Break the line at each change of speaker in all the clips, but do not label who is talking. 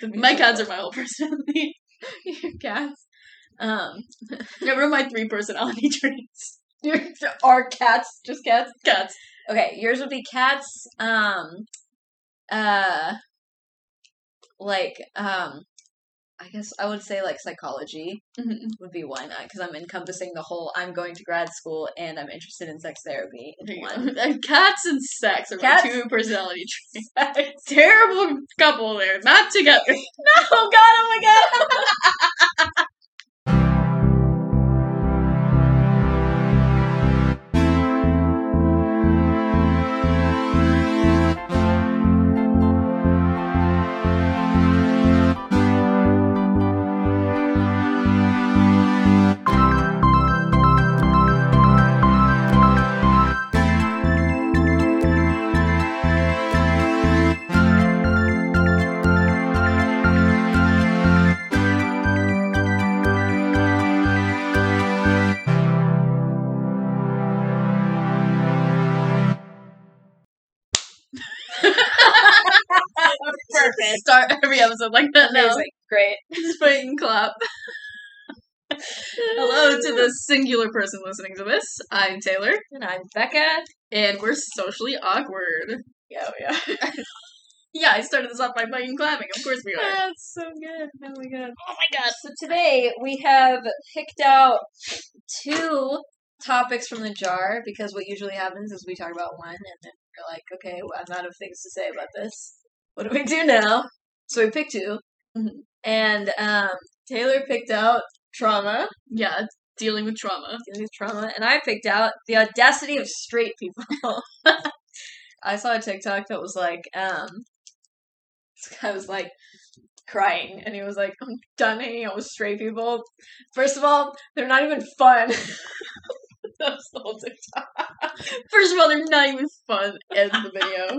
my cats are my whole personality. Your cats. Um, never my three personality traits.
Are cats just cats?
Cats.
Okay, yours would be cats. Um, uh, like um, I guess I would say like psychology
Mhm.
would be one because I'm encompassing the whole. I'm going to grad school and I'm interested in sex therapy.
There
in
you
One.
go. And Cats and sex are
Cats-
my two personality traits. Terrible couple there. Not together.
Oh God! Oh my God!
Perfect. Start every episode like that now.
Amazing. Great.
Just put it in clap. Hello to the singular person listening to this. I'm Taylor,
And I'm Becca.
and we're socially awkward.
Yeah, yeah.
Yeah, I started this off by fucking clapping. Of course we are.
That's so good. Oh my god. Oh my gosh. So today we have picked out two topics from the jar because what usually happens is we talk about one and then we're like, okay, well, I'm out of things to say about this. What do we do now? So we picked 2 Mm-hmm.
Mhm.
And um, Taylor picked out trauma,
Yeah, dealing with trauma.
dealing with trauma, and I picked out the audacity of straight people. I saw a TikTok that was like, um, this guy was like crying, and he was like, "I'm done hanging out with straight people. First of all, they're not even fun." that was the whole TikTok.
First of all, they're not even fun. End the video.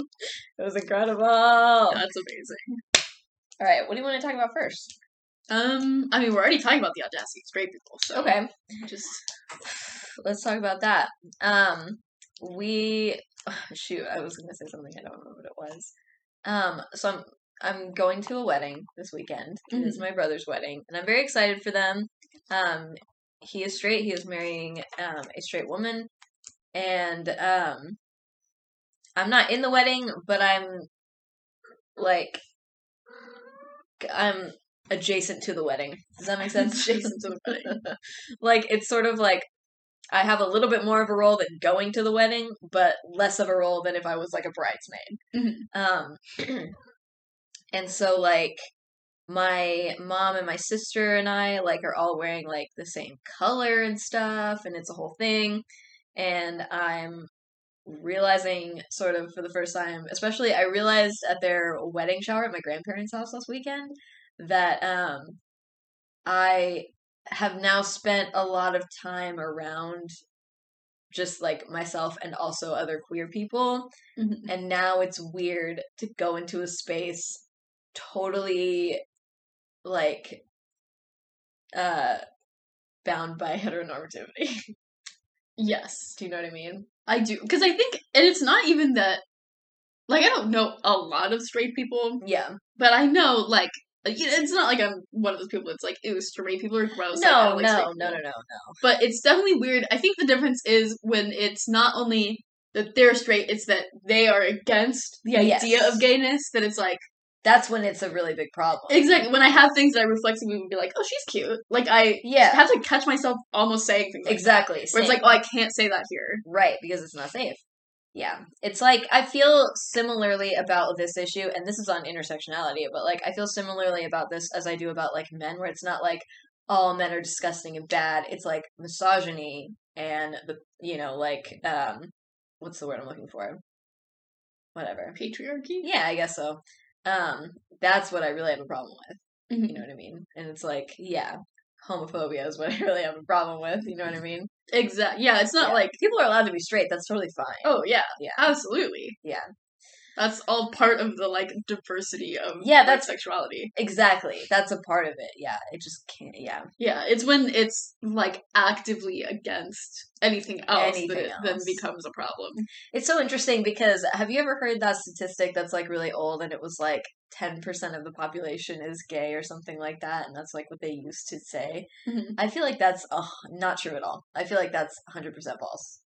It was incredible. All
That's amazing.
right, what do you want to talk about first?
Um, I mean, we're already talking about the audacity of straight people, so
Okay,
just
let's talk about that. Um, we shoot. I was gonna say something. I don't remember what it was. Um, so I'm I'm going to a wedding this weekend. It is my brother's wedding, and I'm very excited for them. Um, he is straight. He is marrying um, a straight woman, and um, I'm not in the wedding, but I'm like I'm adjacent to the wedding. Does that make sense?
adjacent to the wedding.
like it's sort of like I have a little bit more of a role than going to the wedding, but less of a role than if I was like a bridesmaid.
Mm-hmm.
Um, and so like my mom and my sister and I like are all wearing like the same color and stuff, and it's a whole thing. And I'm realizing sort of for the first time, especially I realized at their wedding shower at my grandparents' house last weekend that um I have now spent a lot of time around just like myself and also other queer people
Mhm.
and now it's weird to go into a space totally like uh bound by heteronormativity
Yes,
do you know what i mean
I do, because I think, and it's not even that. Like, I don't know a lot of straight people,
yeah
but I know like. like, you know, It's not like I'm one of those people that's like, ew, straight people are gross. like, I
no
don't like straight
no no no
people."
no
But it's definitely weird. I think the difference is when it's not only that they're straight, it's that they are against the
Yes.
idea of gayness, that it's like,
that's when it's a really big problem
Exactly. When I have things that I reflexively would be like, "Oh, she's cute." Like I
yeah
have to catch myself almost saying things. Like
exactly
That, where it's like,
same.
"Oh, I can't say that here."
Right, because it's not safe. Yeah. It's like I feel similarly about this issue and this is on intersectionality, but like I feel similarly about this as I do about like men where it's not like all men are disgusting and bad. It's like misogyny and the you know like um what's the word I'm looking for? Whatever.
Patriarchy.
Yeah, I guess so. Um that's what I really have a problem with.
Mhm.
You know what I mean? And it's like, yeah, homophobia is what I really have a problem with, you know what I mean?
Exactly. Yeah. It's not
Yeah.
like,
people are allowed to be straight, that's totally fine.
"Oh, yeah,
Yeah.
absolutely."
Yeah.
That's all part of the like diversity of
Yeah,
like,
that's-
sexuality.
Exactly. That's a part of it. Yeah. It just can't. Yeah.
Yeah, it's when it's like actively against anything else
Anything
that it then
else.
becomes a problem.
It's so interesting because have you ever heard that statistic that's like really old and it was like 10% of the population is gay or something like that and that's like what they used to say
Mhm.
i feel like that's uh, not true at all i feel like that's 100% false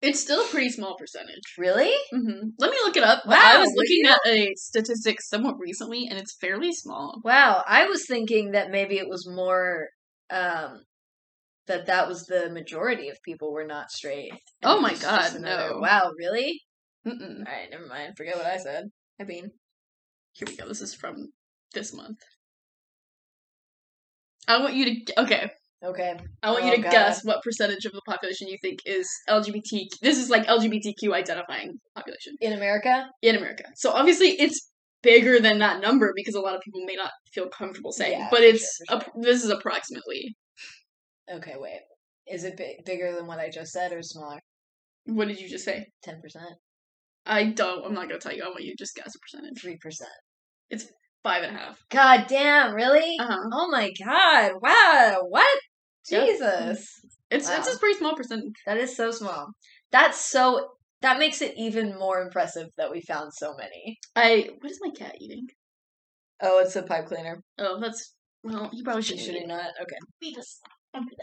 It's still a pretty small percentage.
really
hmm Let me look it up. but I
Wow,
was
were
looking at a statistic somewhat recently, and it's fairly small.
wow i was thinking that maybe it was more um that that was the majority of people were not straight and
Oh
it
my
was just
God,
another-
no.
wow really
Mm-mm.
all right never mind forget what i said i mean
Here we go. This is from this month. I want you to okay.
okay
I want
Oh,
you to
God.
guess what percentage of the population you think is LGBT. This is like LGBTQ identifying population
in america
in America. So obviously it's bigger than that number because a lot of people may not feel comfortable saying,
Yeah,
but
for
it's
sure, for
ap- this is approximately.
okay wait is it big, bigger than what i just said or smaller
What did you just say?
10%
I don't. I'm not gonna tell you. I want you to just guess a percentage.
3%
Five and a half.
god damn really
Uh huh.
Oh my god. Wow. What?
Yep.
Jesus.
It's
Wow.
it's a pretty small percentage.
That is so small. That's so that makes it even more impressive that we found so many.
I what is my cat eating?
Oh, it's a pipe cleaner.
Oh, that's well. He probably
Should
shouldn't. eat
he
it.
not? Okay.
Beavis. Don't do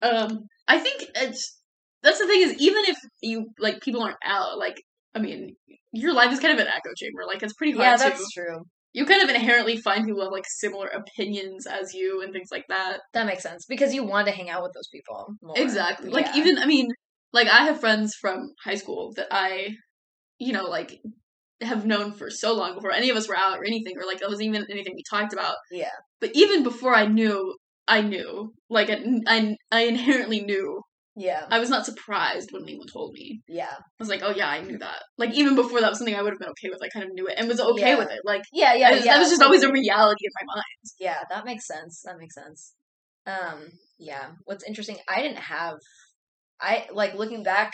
that. Um, I think it's that's the thing is even if you like people aren't out, like I mean, your life is kind of an echo chamber. Like it's pretty hard
Yeah,
to
that's true.
you kind of inherently find people who have like similar opinions as you and things like that.
That makes sense because you want to hang out with those people. More.
Exactly. Like
Yeah.
even I mean, like I have friends from high school that I, you know, like have known for so long before any of us were out or anything or like that wasn't even anything we talked about.
Yeah.
But even before I knew, I knew. Like I, I, I inherently knew
Yeah.
I was not surprised when anyone told me.
Yeah.
I was like, oh yeah, I knew that. Like even before that was something I would have been okay with. I kind of knew it and was okay
Yeah.
with it. Like
Yeah. Yeah.
I was-
yeah,
that was just always a reality in my mind.
Yeah, that makes sense. That makes sense. Um, yeah. What's interesting, I didn't have I like looking back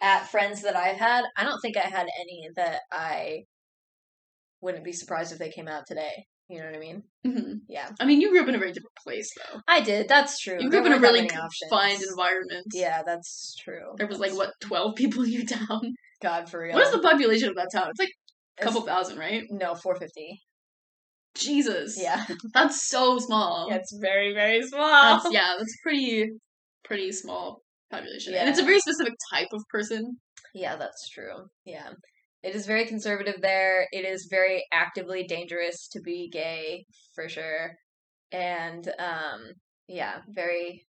at friends that I've had, I don't think I had any that I wouldn't be surprised if they came out today. You know what I mean?
hmm
Yeah.
I mean, you grew up in a very different place though.
I did. That's true.
You grew
There
up in a
weren't that
really
many
confined
options.
environment.
Yeah, that's true.
There was like
That's-
what twelve people in your town.
God for real.
What is the population of that town? It's like a
It's-
couple thousand, right?
No, 450.
Jesus.
Yeah.
That's so small.
it's very very small.
That's, yeah, that's pretty, pretty small population, and
Yeah.
it's a very specific type of person.
Yeah, that's true. Yeah. It is very conservative there. It is very actively dangerous to be gay, for sure. And um yeah, very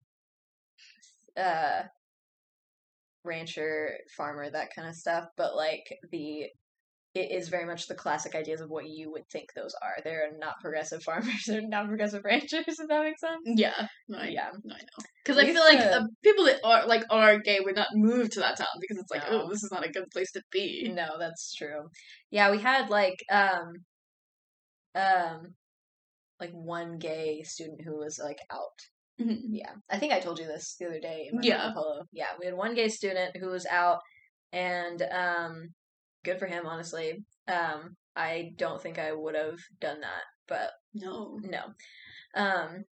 uh rancher, farmer, that kind of stuff, but like the it is very much the classic ideas of what you would think those are. They're not progressive farmers, they're not progressive ranchers, if that makes sense.
Yeah. No, I-
Mm, Yeah.
No, I know. Because I
We
feel like
used to-
uh, people that are like are gay would not move to that town because it's like,
No.
oh, this is not a good place to be.
No, that's true. Yeah, we had like um um like one gay student who was like out.
Mhm.
Mm. Yeah. I think I told you this the other day in my
Yeah.
Marco Polo. Yeah, we had one gay student who was out and um good for him honestly. Um I don't think I would have done that, but
No.
no. Um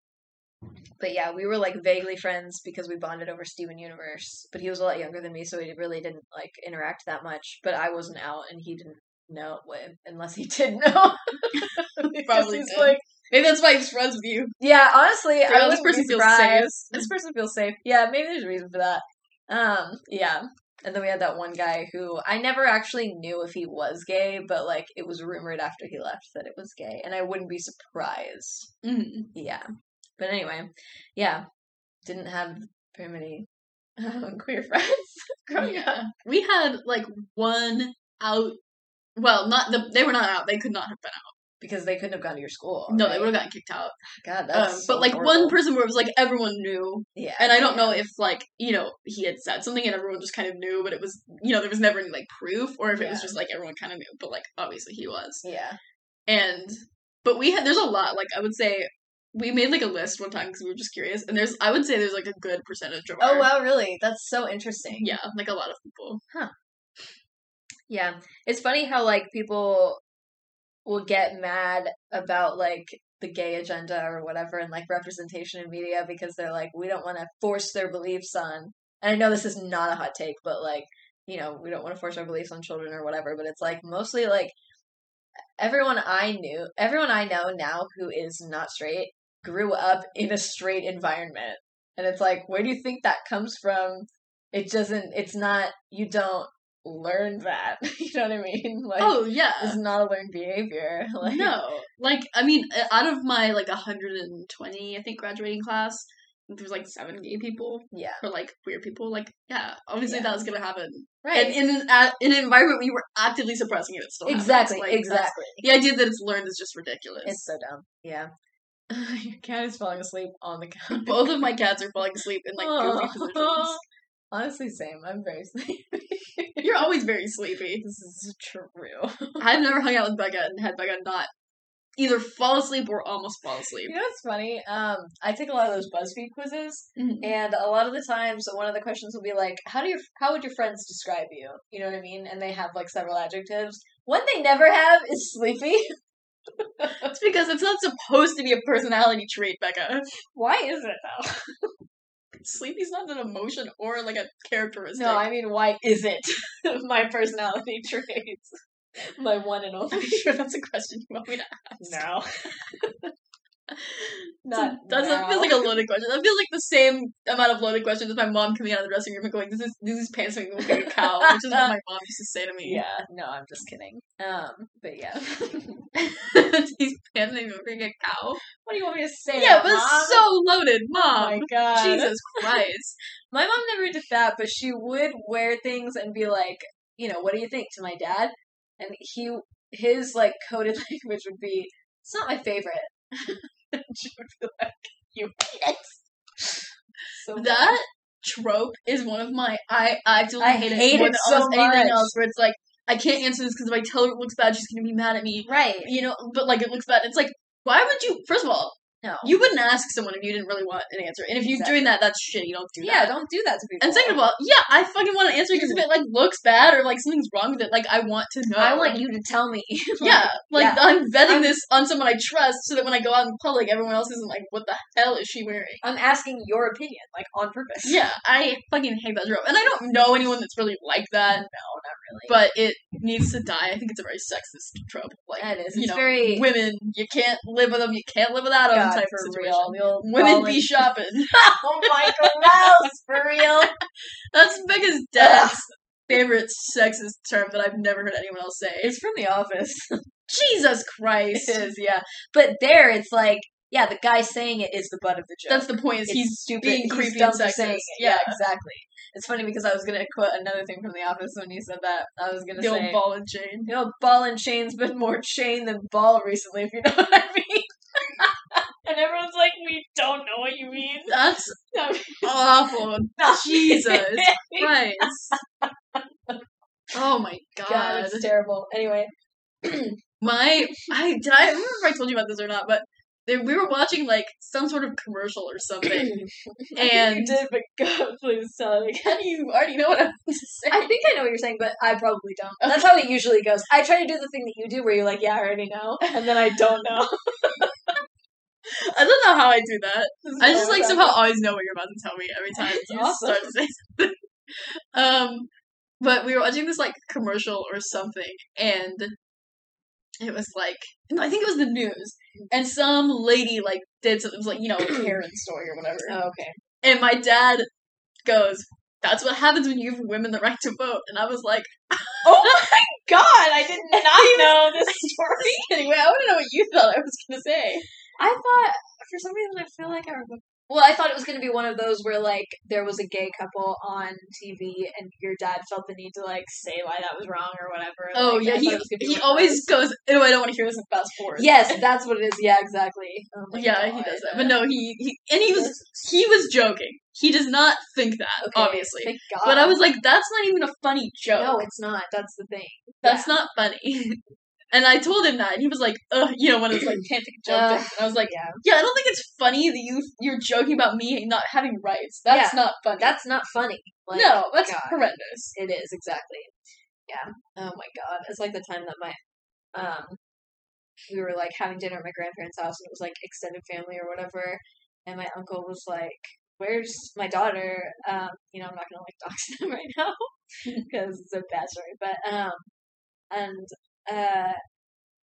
but yeah, we were like vaguely friends because we bonded over Steven Universe, but he was a lot younger than me, so we really didn't like interact that much. But I wasn't out, and he didn't know well, unless he did know. Because
Probably
he's
did.
like,
Maybe that's why he's friends with you.
yeah, honestly,
They're
I
like,
would
this person feels
safe. This person feels safe. Yeah, maybe there's a reason for that. Um, yeah. And then we had that one guy who I never actually knew if he was gay, but like it was rumored after he left that it was gay, and I wouldn't be surprised.
Mhm.
Yeah. But anyway, yeah. Didn't have very many um, queer friends growing up.
Yeah. We had like one out. Well, not the they were not out. They could not have been
Because they couldn't have gone to your school.
out. No, they
right?
would have gotten kicked out.
God,
Um,
Oh, that's so
but like
horrible.
one person where it was like everyone knew,
Yeah.
and I don't know if like you know he had said something and everyone just kind of knew, but it was you know there was never any like proof, or if it was
Yeah.
just like everyone kind of knew, but like obviously he was.
Yeah.
and but we had there's a lot like i would say we made like a list one time because we were just curious and there's i would say there's like a good percentage of
Oh
our-
wow, really? That's so interesting.
yeah like a lot of people
Yeah. It's funny how like people will get mad about like the gay agenda or whatever and like representation in media because they're like we don't want to force their beliefs on and I know this is not a hot take but like you know we don't want to force our beliefs on children or whatever but it's like mostly like everyone I knew, everyone I know now who is not straight grew up in a straight environment. And it's like, where do you think that comes from? It doesn't, it's not, you don't learn that. you know what I mean? Like,
oh yeah.
it's not a learned behavior. Like,
no, like I mean, uh, out of my like 120, I think graduating class, there was like seven gay people
Yeah.
or like weird people. Like yeah, obviously
Yeah.
that was gonna happen.
Right.
And in an, a in an environment we were actively suppressing it, it still happens.
exactly.
Like, that's-
exactly.
The idea that it's learned is just ridiculous.
It's so dumb. Yeah. Your cat is falling asleep on the couch.
Both of my cats are falling asleep in like goofy positions.
Honestly, same. I'm very sleepy.
You're always very sleepy.
this is true.
I've never hung out with Becca and had Becca not either fall asleep or almost fall asleep.
You know what's funny? Um, I take a lot of those BuzzFeed quizzes,
Mhm.
and a lot of the times, one of the questions will be like, "How do your How would your friends describe you?" You know what I mean? And they have like several adjectives. One they never have is sleepy.
That's because it's not supposed to be a personality trait, Becca.
Why is it though?
Sleepy's not an emotion or like a characteristic.
No, I mean, why is it my personality traits? My one and only.
am sure that's a question you want me to
No,
ask.
not
That's, that
now.
feels like a loaded question. That feels like the same amount of loaded questions as my mom coming out of the dressing room and going, "This is this is pants make me look like a cow," which is what my mom used to say to me.
Yeah, no, I'm just kidding. Um, but yeah. what
These pants make me look like a cow.
do you want me to say?
Yeah,
about
but
mom?
so loaded,
Oh my
mom.
god.
Jesus Christ.
My mom never did that, but she would wear things and be like, you know, what do you think to my dad? And he, his like coded language would be, it's not my favorite. And she would be like, you hate it. So
that trope is one of my I I absolutely
I
hate,
hate
it more
it
than
so
almost anything
much.
else. Where it's like I can't answer this because if I tell her it looks bad, she's gonna be mad at me.
right.
You know, but like it looks bad. It's like why would you? First of all,
No.
you wouldn't ask someone if you didn't really want an answer, and if you're
Exactly.
doing that, that's shitty. Don't do
yeah,
that.
don't do that to people.
And second of all, yeah, I fucking want an answer because if it like looks bad or like something's wrong with it, like I want to know.
I want you to tell me. Like,
Yeah, like
yeah.
I'm vetting
I'm-
this on someone I trust, so that when I go out in public, everyone else isn't like, "What the hell is she wearing?"
I'm asking your opinion, like on purpose.
Yeah, I fucking hate that trope, and I don't know anyone that's really like
No,
that,
not really.
but it needs to die. I think it's a very sexist trope. Like,
that is, it's
you know,
very
women, you can't live with them, you can't live without them.
God,
type
for
of situation.
real. The old
Women
ball
be
and-
shopping.
oh my gross, for real.
That's Becca's dad's favorite sexist term that I've never heard anyone else say.
It's from The Office.
Jesus Christ.
It is, yeah. But there, it's like, yeah, the guy saying it is the butt of the joke.
That's the point. Is
It's
he's
stupid.
being
he's
creepy
dumb
and
for saying
sexist.
it.
Yeah.
exactly. It's funny because I was gonna quote another thing from The Office when you said that. I was gonna
the old
say,
ball and chain.
you know, ball and chain's been more chain than ball recently, if you know what I mean. and everyone's like, we don't know what you mean.
That's
No,
awful.
no.
Jesus Christ. Oh my
God, it's terrible. Anyway,
my I did I, I don't remember if I told you about this or not, but they, we were watching like some sort of commercial or something,
and
and
did, but God, please tell me.
how do you already know what I'm going to say?
I think I know what you're saying, but I probably don't. That's how it usually goes. I try to do the thing that you do where you're like, yeah, I already know, and then I don't know.
I don't know how I do that.
This is
I just
so
like
bad.
somehow always know what you're about to tell me every time
It's
you
awesome.
start to say something. um, but we were watching this like commercial or something, and it was like no, I think it was the news, and some lady like did something it was like you know a Karen story or whatever.
Oh, okay.
And my dad goes, That's what happens when you give women the right to vote. And I was like,
Oh my God, I did not know this story.
Anyway, I want to know what you thought I was going to say.
I thought for some reason I feel like I remember. Well, I thought it was going to be one of those where like there was a gay couple on TV and your dad felt the need to like say why that was wrong or whatever.
Oh,
Like, I
yeah.
thought
He,
it was gonna be
he
one of
always goes, Oh, I don't want to hear this and fast forward.
those. Yes, that's what it is. Yeah, exactly. Oh my
Yeah, he
God.
does that. But no, he, he and he was he was joking. He does not think that,
Okay,
obviously.
Thank God.
But I was like, that's not even a funny joke.
No, it's not. That's the thing.
that's not funny. and I told him that, and he was like, "Ugh," you know, one of those like can't think of joke
Ugh.
things. And I was like,
Yeah.
"Yeah, I don't think it's funny that you you're joking about me not having rights. That's
Yeah.
not funny.
That's not funny. Like,
no, that's
God.
horrendous."
It is, exactly. Yeah. Oh my god. It's like the time that my um we were like having dinner at my grandparents' house and it was like extended family or whatever and my uncle was like, Where's my daughter? Um, you know, I'm not gonna like dox them right now because it's a bad story. But um and uh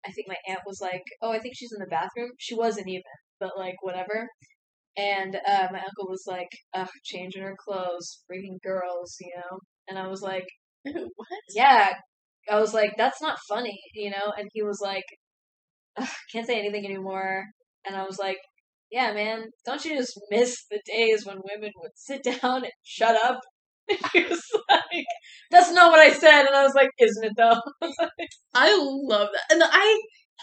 I think my aunt was like, "Oh, I think she's in the bathroom." She wasn't even, but like whatever. And uh, my uncle was like, Ugh, "Changing her clothes, freaking girls," you know. And I was like,
what?
"Yeah." I was like, "That's not funny," you know. And he was like, Ugh, "Can't say anything anymore." And I was like, "Yeah, man, don't you just miss the days when women would sit down and shut up?" And he was like, "That's not what I said." And I was like, "Isn't it though?"
I love that, and I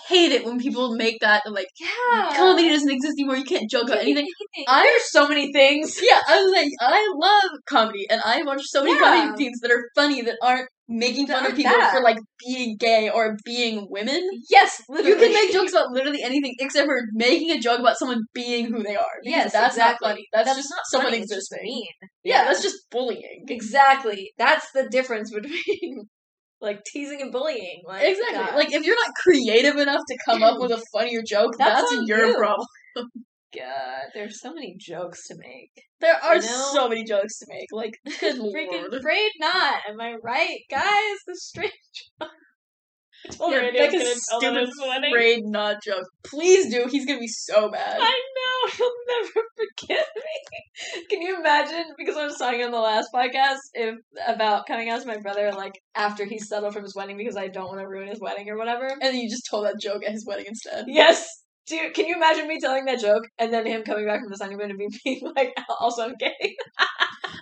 hate it when people make that like
Yeah.
comedy doesn't exist anymore. You can't joke about anything. I-
There's so many things.
Yeah, I was like, I love comedy, and I watch so many
Yeah.
comedy scenes that are funny that aren't making
That
fun of
aren't
people
that.
for like being gay or being women.
Yes,
You
literally.
can make jokes about literally anything except for making a joke about someone being who they are. because
Yes,
that's
exactly.
not funny. That's,
That's
just
not
someone
funny, it's just
existing.
mean.
yeah. that's just bullying.
exactly. That's the difference between like teasing and bullying. Like,
Exactly.
God.
Like if you're not creative enough to come up with a funnier joke,
That's
that's,
on
your
you.
problem.
God, there's so many jokes to make.
There are
You know?
so many jokes to make. Like good
Freaking
lord.
afraid not. Am I right, guys? The strange. I told
Yeah,
Oh, Randy I was
Becca's
gonna tell her
stupid
this morning.
Afraid not joke. Please do. He's gonna be so mad.
I know he'll never forgive me. Can you imagine? Because I was talking on the last podcast if about coming out to my brother, like after he's settled from his wedding, because I don't want to ruin his wedding or whatever.
And then you just told that joke at his wedding instead.
Yes, dude. Can you imagine me telling that joke and then him coming back from the honeymoon and me being like, also I'm gay?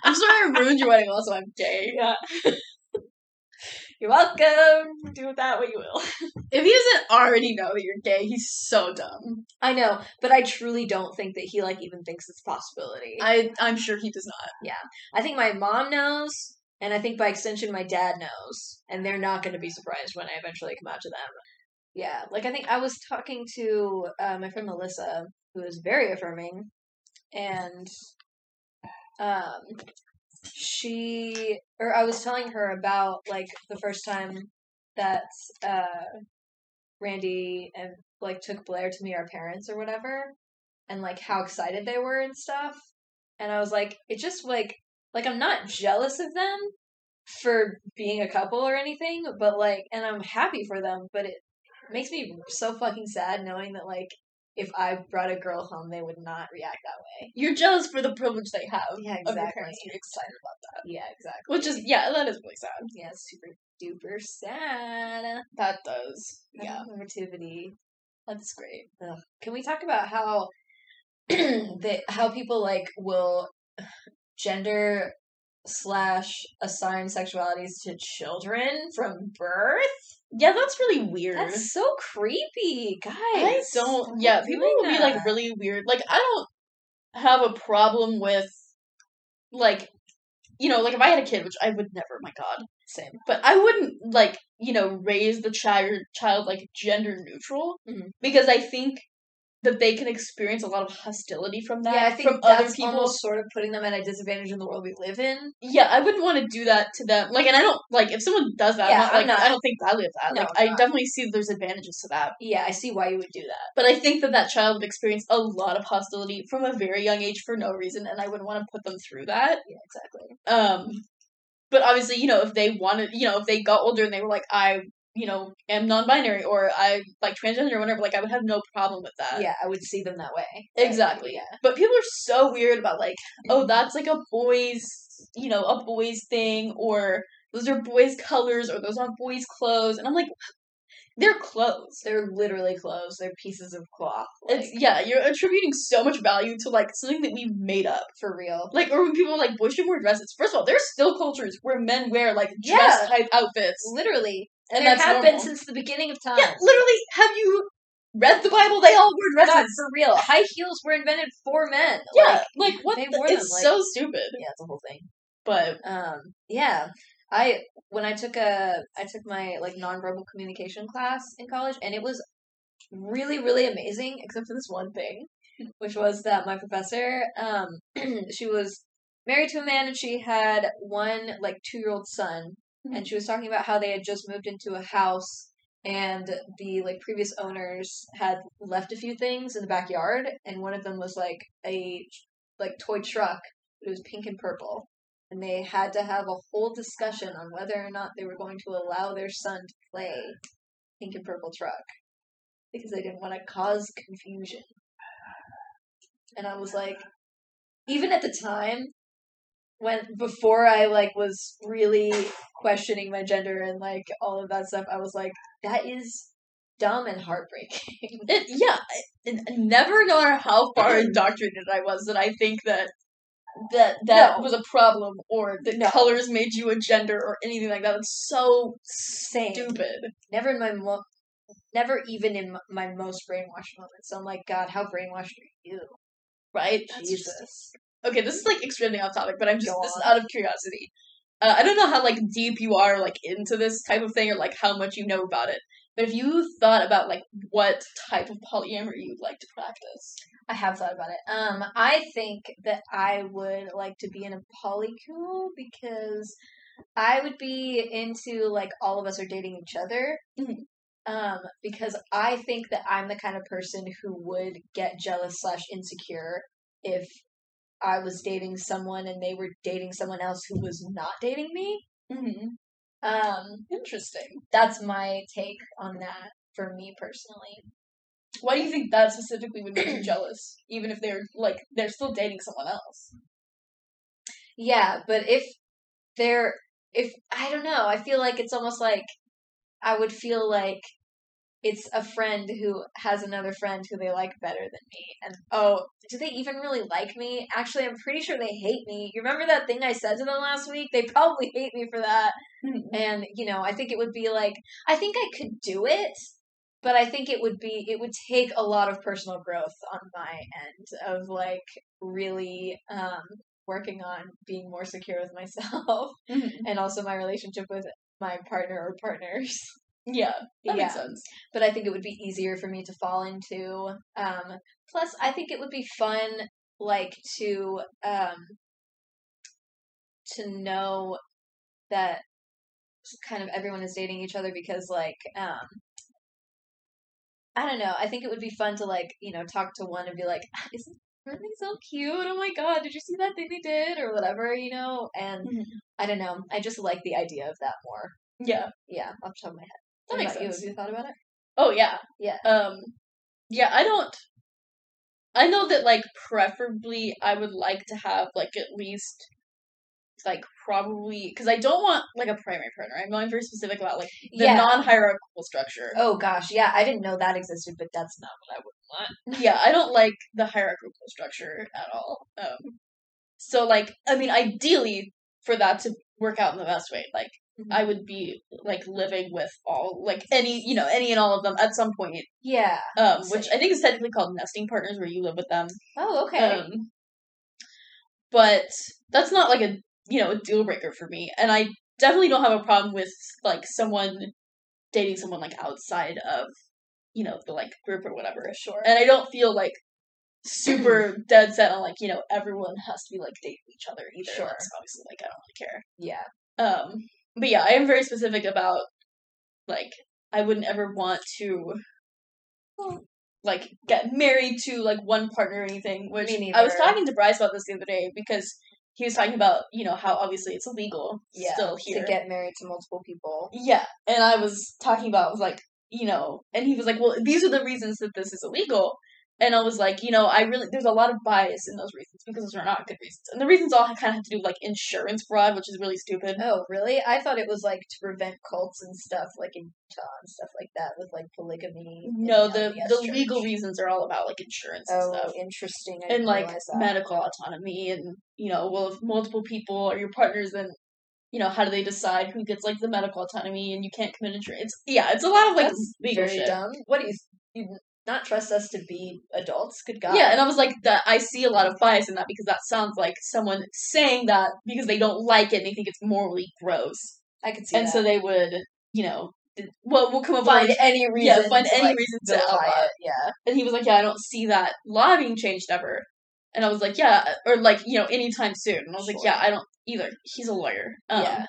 I'm sorry I ruined your wedding. Also, I'm gay.
Yeah. You're welcome. Do with that what you will.
If he doesn't already know that you're gay, he's so dumb.
I know, but I truly don't think that he like even thinks it's a possibility.
I I'm sure he does not.
I think my mom knows, and I think by extension my dad knows, and they're not going to be surprised when I eventually come out to them. Yeah, like I think I was talking to uh, my friend Melissa, who is very affirming, and um, she or I was telling her about like the first time that uh, Randy and like took Blair to meet our parents or whatever, and like how excited they were and stuff. And I was like, it just like like I'm not jealous of them for being a couple or anything, but like, and I'm happy for them, but it makes me so fucking sad knowing that like if I brought a girl home, they would not react that way.
You're jealous for the privilege they have.
Yeah,
Of your
exactly.
parents to be excited about that.
Yeah, exactly.
Which is yeah, that is really sad.
yeah, it's super duper sad.
That does. Yeah.
Yeah, negativity.
That's great.
Can we talk about how the how people like will gender slash assign sexualities to children from birth?
Yeah, that's really weird.
That's so creepy, guys.
I don't. Yeah,
Stop
people
doing
will be like
that.
really weird. Like I don't have a problem with like you know like if I had a kid, which I would never. My God,
Same.
but I wouldn't like you know raise the child child like gender neutral
Mhm.
because I think that they can experience a lot of hostility from that
yeah, I think
from
that's
other people.
almost sort of putting them at a disadvantage in the world we live in.
yeah, I wouldn't want to do that to them. Like, and I don't like if someone does that. I'm
Yeah,
not,
I'm
like
not-
I don't think badly of that.
No,
like,
I'm
I
not.
definitely see there's advantages to that.
Yeah, I see why you would do that.
But I think that that child would experience a lot of hostility from a very young age for no reason, and I wouldn't want to put them through that.
Yeah, exactly.
Um, but obviously, you know, if they wanted, you know, if they got older and they were like, I, you know, am non-binary or I like transgender or whatever, like I would have no problem with that.
yeah, I would see them that way.
Exactly.
Yeah.
But people are so weird about like, oh, that's like a boys, you know, a boys thing, or those are boys' colors, or those aren't boys' clothes, and I'm like, they're clothes.
They're literally clothes. They're pieces of cloth.
It's
like,
yeah, you're attributing so much value to like something that we've made up.
for real.
Like, or when people are like boys should wear dresses. First of all, there's still cultures where men wear like
Yeah.
dress type outfits,
Literally.
and
there
that's
have been
normal.
since the beginning of time.
yeah, literally. Have you read the Bible? They all wear
God,
dresses.
for real. High heels were invented for men.
yeah, like, what?
they
the-
wore them,
it's
like-
so stupid.
yeah, it's a whole thing.
But
Um, yeah, I when I took a I took my like nonverbal communication class in college, and it was really really amazing, except for this one thing, which was that my professor, um, she was married to a man, and she had one like two year old son, and she was talking about how they had just moved into a house. And the like previous owners had left a few things in the backyard, and one of them was like a like toy truck. It was pink and purple, and they had to have a whole discussion on whether or not they were going to allow their son to play Pink and Purple Truck. because I didn't want to cause confusion. And I was like, even at the time, when before I like was really questioning my gender and like all of that stuff, I was like, that is dumb and heartbreaking.
It, yeah, it, it- never know how far indoctrinated I was that I think that that that
No.
was a problem or that
No.
colors made you a gender or anything like that. It's so
Same.
stupid.
Never in my mo- never even in m- my most brainwashed moments. I'm like, God, how brainwashed are you?
Right?
Jesus.
okay, this is like extremely off topic, but I'm just
Go
this is
on.
out of curiosity. Uh, I don't know how like deep you are like into this type of thing or like how much you know about it. But if you thought about like what type of polyamory you'd like to practice,
I have thought about it. Um, I think that I would like to be in a polycule because I would be into like all of us are dating each other.
Mhm.
Um, because I think that I'm the kind of person who would get jealous slash insecure if I was dating someone and they were dating someone else who was not dating me.
mm-hmm.
Um,
interesting.
that's my take on that for me personally.
Why do you think that specifically would make you jealous, even if they're like they're still dating someone else?
Yeah, but if there, if I don't know, I feel like it's almost like I would feel like it's a friend who has another friend who they like better than me. And oh, do they even really like me? Actually, I'm pretty sure they hate me. You remember that thing I said to them last week? They probably hate me for that. And, you know, I think it would be like, I think I could do it, but I think it would be, it would take a lot of personal growth on my end of like really um, working on being more secure with myself
Mhm.
and also my relationship with my partner or partners.
Yeah, that
Yeah.
makes sense.
But I think it would be easier for me to fall into. Um, plus, I think it would be fun, like, to, um, to know that kind of everyone is dating each other because like um I don't know. I think it would be fun to like, you know, talk to one and be like, "Ah, "Isn't Merlin so cute? Oh my god, did you see that thing they did or whatever, you know?" And
Mhm.
I don't know. I just like the idea of that more.
Yeah,
Yeah, off the top of my head.
that
What
makes
about
sense.
You? Have you thought about it?
Oh yeah.
Yeah.
Um yeah, I don't I know that like preferably I would like to have like at least like probably cuz I don't want like a primary partner. I'm going very specific about like the
yeah.
non-hierarchical structure.
oh gosh, yeah. I didn't know that existed, but that's not what I would want.
Yeah, I don't like the hierarchical structure at all. Um so like I mean ideally for that to work out in the best way, like I would be like living with all like any, you know, any and all of them at some point.
Yeah.
Um which I think is technically called nesting partners where you live with them.
Oh, okay.
Um, but that's not like a you know a deal breaker for me, and I definitely don't have a problem with like someone dating someone like outside of you know the like group or whatever.
sure.
And I don't feel like super dead set on like you know everyone has to be like dating each other either.
Sure.
That's obviously like I don't really
yeah.
care. Um, but yeah, I am very specific about like I wouldn't ever want to like get married to like one partner or anything. Which
Me
I was
neither.
talking to Bryce about this the other day because he was talking about you know how obviously it's illegal
Yeah,
still here.
To get married to multiple people.
yeah, and I was talking about was like you know, and he was like, well, these are the reasons that this is illegal. And I was like, you know, I really there's a lot of bias in those reasons because those are not good reasons, and the reasons all kind of have to do with like insurance fraud, which is really stupid.
Oh, really? I thought it was like to prevent cults and stuff, like in Utah and stuff like that, with like polygamy. and
No, the
LDS
the
church.
legal reasons are all about like insurance and
Oh,
stuff.
interesting. I
and
didn't
like
realize that.
medical autonomy and you know well if multiple people are your partners then you know how do they decide who gets like the medical autonomy and you can't commit insurance it's yeah it's a lot of like
That's
legal
very
shit
dumb. What do you you not trust us to be adults? Good God.
yeah and i was like that i see a lot of bias in that because that sounds like someone saying that because they don't like it and they think it's morally gross
I could see
and
that.
so they would you know th- well we'll come up with
find any reason.
yeah find
to,
any
like,
reason to
vilify
outlaw
it. Yeah.
And he was like, Yeah, I don't see that law being changed ever. And I was like, Yeah, or like, you know, anytime soon. And I was like,
Sure.
Yeah, I don't either. He's a lawyer. Um,
Yeah.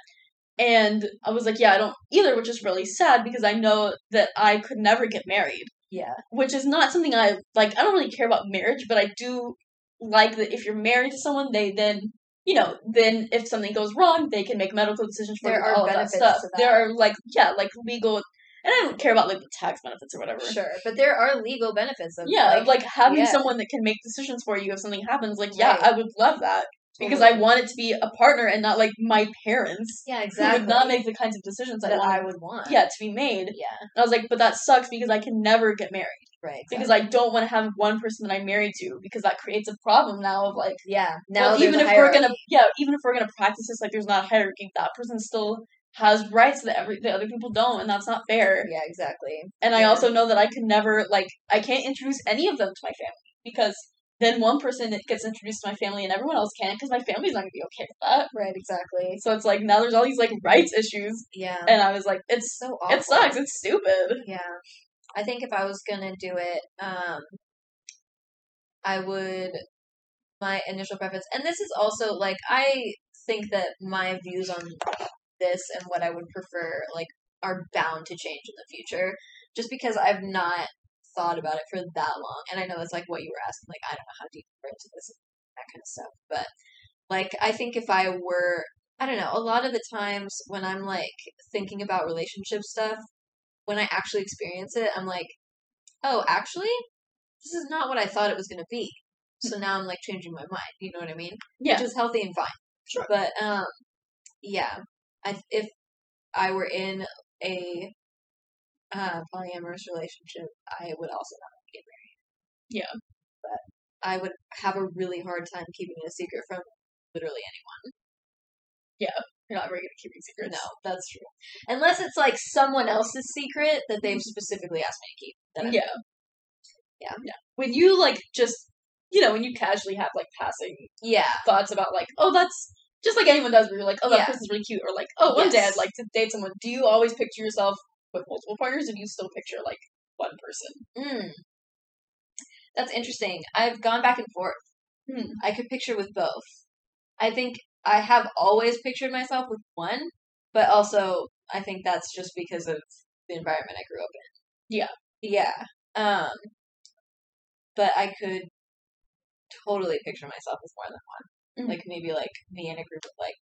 And I was like, Yeah, I don't either, which is really sad because I know that I could never get married,
Yeah.
which is not something I like. I don't really care about marriage, but I do like that if you're married to someone, they then. You know, then if something goes wrong, they can make medical decisions for
There
you.
are
all of that
benefits
stuff.
to that.
There are like, yeah, like legal And I don't care about like the tax benefits or whatever.
Sure, but there are legal benefits of
Yeah, like, having
yeah.
someone that can make decisions for you if something happens, like yeah,
Right.
I would love that. Because I
Totally.
want it to be a partner and not like my parents.
yeah
Who
exactly
would not make the kinds of decisions I
that I
want
would want.
yeah, to be made.
yeah,
And I was like, but that sucks because I can never get married.
right.
Because
exactly.
I don't want to have one person that I'm married to because that creates a problem now of like
yeah now
now
there's
even
a
if we're gonna
hierarchy.
yeah, even if we're gonna practice this like there's not a hierarchy, that person still has rights that every that other people don't and that's not fair.
yeah exactly
And I
Yeah.
also know that I can never like I can't introduce any of them to my family because then one person that gets introduced to my family and everyone else can't because my family's not gonna be okay with that.
right exactly
So it's like now there's all these like rights issues,
yeah
and I was like, it's
so
it sucks, it's stupid.
Yeah. I think if I was gonna do it, um I would my initial preference and this is also like I think that my views on this and what I would prefer like are bound to change in the future just because I've not thought about it for that long and I know that's like what you were asking like I don't know how deep we're into this and that kind of stuff but like I think if I were I don't know a lot of the times when I'm like thinking about relationship stuff when I actually experience it, I'm like, oh, actually, this is not what I thought it was going to be. So now I'm like changing my mind. You know what I mean?
Mm-hmm. Yeah.
Which is healthy and fine.
Sure.
But um, yeah, I, if I were in a uh, polyamorous relationship, I would also not get married.
Yeah.
But I would have a really hard time keeping it a secret from literally
You're not very good at keeping
anyone.
secrets.
No, that's true. Unless it's like someone else's secret that they've specifically asked me to keep. Then I'm
Mm-hmm. Yeah.
Yeah.
When you like just you know, when you casually have like passing
yeah.
thoughts about like, oh that's just like anyone does where you're like, oh that
Yeah.
person's really cute or like, oh one day
Yes.
I'd like to date someone. Do you always picture yourself with multiple partners or do you still picture like one person?
Mm. That's interesting. I've gone back and forth.
Hmm.
I could picture with both. I think I have always pictured myself with one, but also I think that's just because of the environment I grew up in.
Yeah.
Yeah. Um but I could totally picture myself with more than one.
Mhm.
Like maybe like me in a group of like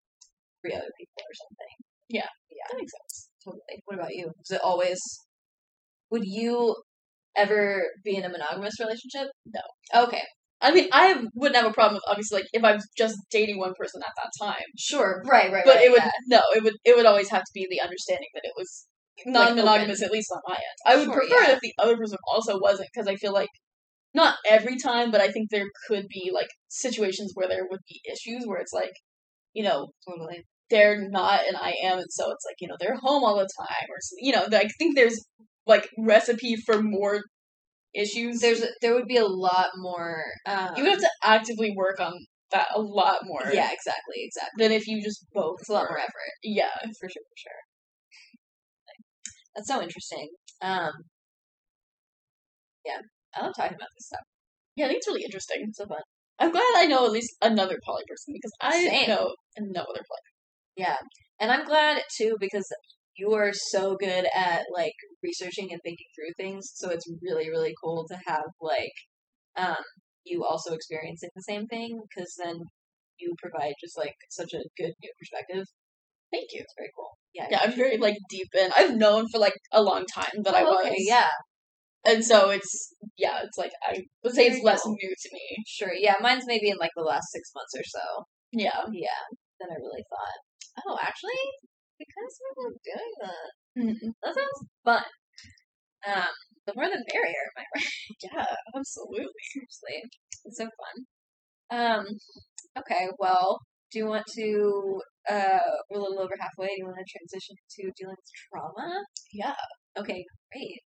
three other people or something.
Yeah.
Yeah.
That makes sense.
Totally. What about you? Is it always? Would you ever be in a monogamous relationship?
No.
Okay.
I mean, I wouldn't have a problem with obviously like if I'm just dating one person at that time.
Sure. Right. Right.
But
right,
it would
yeah.
no, it would it would always have to be the understanding that it was
Like,
non monogamous, at least on my end. I would
Sure,
prefer
yeah.
if the other person also wasn't, because I feel like not every time, but I think there could be like situations where there would be issues where it's like, you know,
Totally.
they're not and I am, and so it's like you know they're home all the time, or s- you know, I think there's like recipe for more issues.
There's there would be a lot more. Um,
you would have to actively work on that a lot more.
Yeah. Exactly. Exactly.
Than if you just both.
It's a lot
were-
more effort
Yeah.
for sure. For sure. That's so interesting. Um. Yeah. I love talking about this stuff.
Yeah, I think it's really interesting. It's so fun. I'm glad I know at least another poly person because I
Same.
know no other poly.
Yeah. And I'm glad too because you are so good at like researching and thinking through things. So it's really, really cool to have like um, you also experiencing the same thing because then you provide just like such a good new perspective.
Thank you.
It's very cool. Yeah.
Yeah, I'm very like deep in. I've known for like a long time that I
Oh,
was.
okay. Yeah.
And so it's yeah, it's like I would say
Very
it's less
cool.
new to me.
Sure. Yeah. Mine's maybe in like the last six months or so.
Yeah.
Yeah. Then I really thought, oh, actually, we kind of started doing that. That sounds fun. Um, the more the merrier, am I right?
Yeah, absolutely.
Seriously, it's so fun. Um, okay, well, do you want to? Uh, we're a little over halfway. Do you want to transition to dealing with trauma?
Yeah.
Okay, great.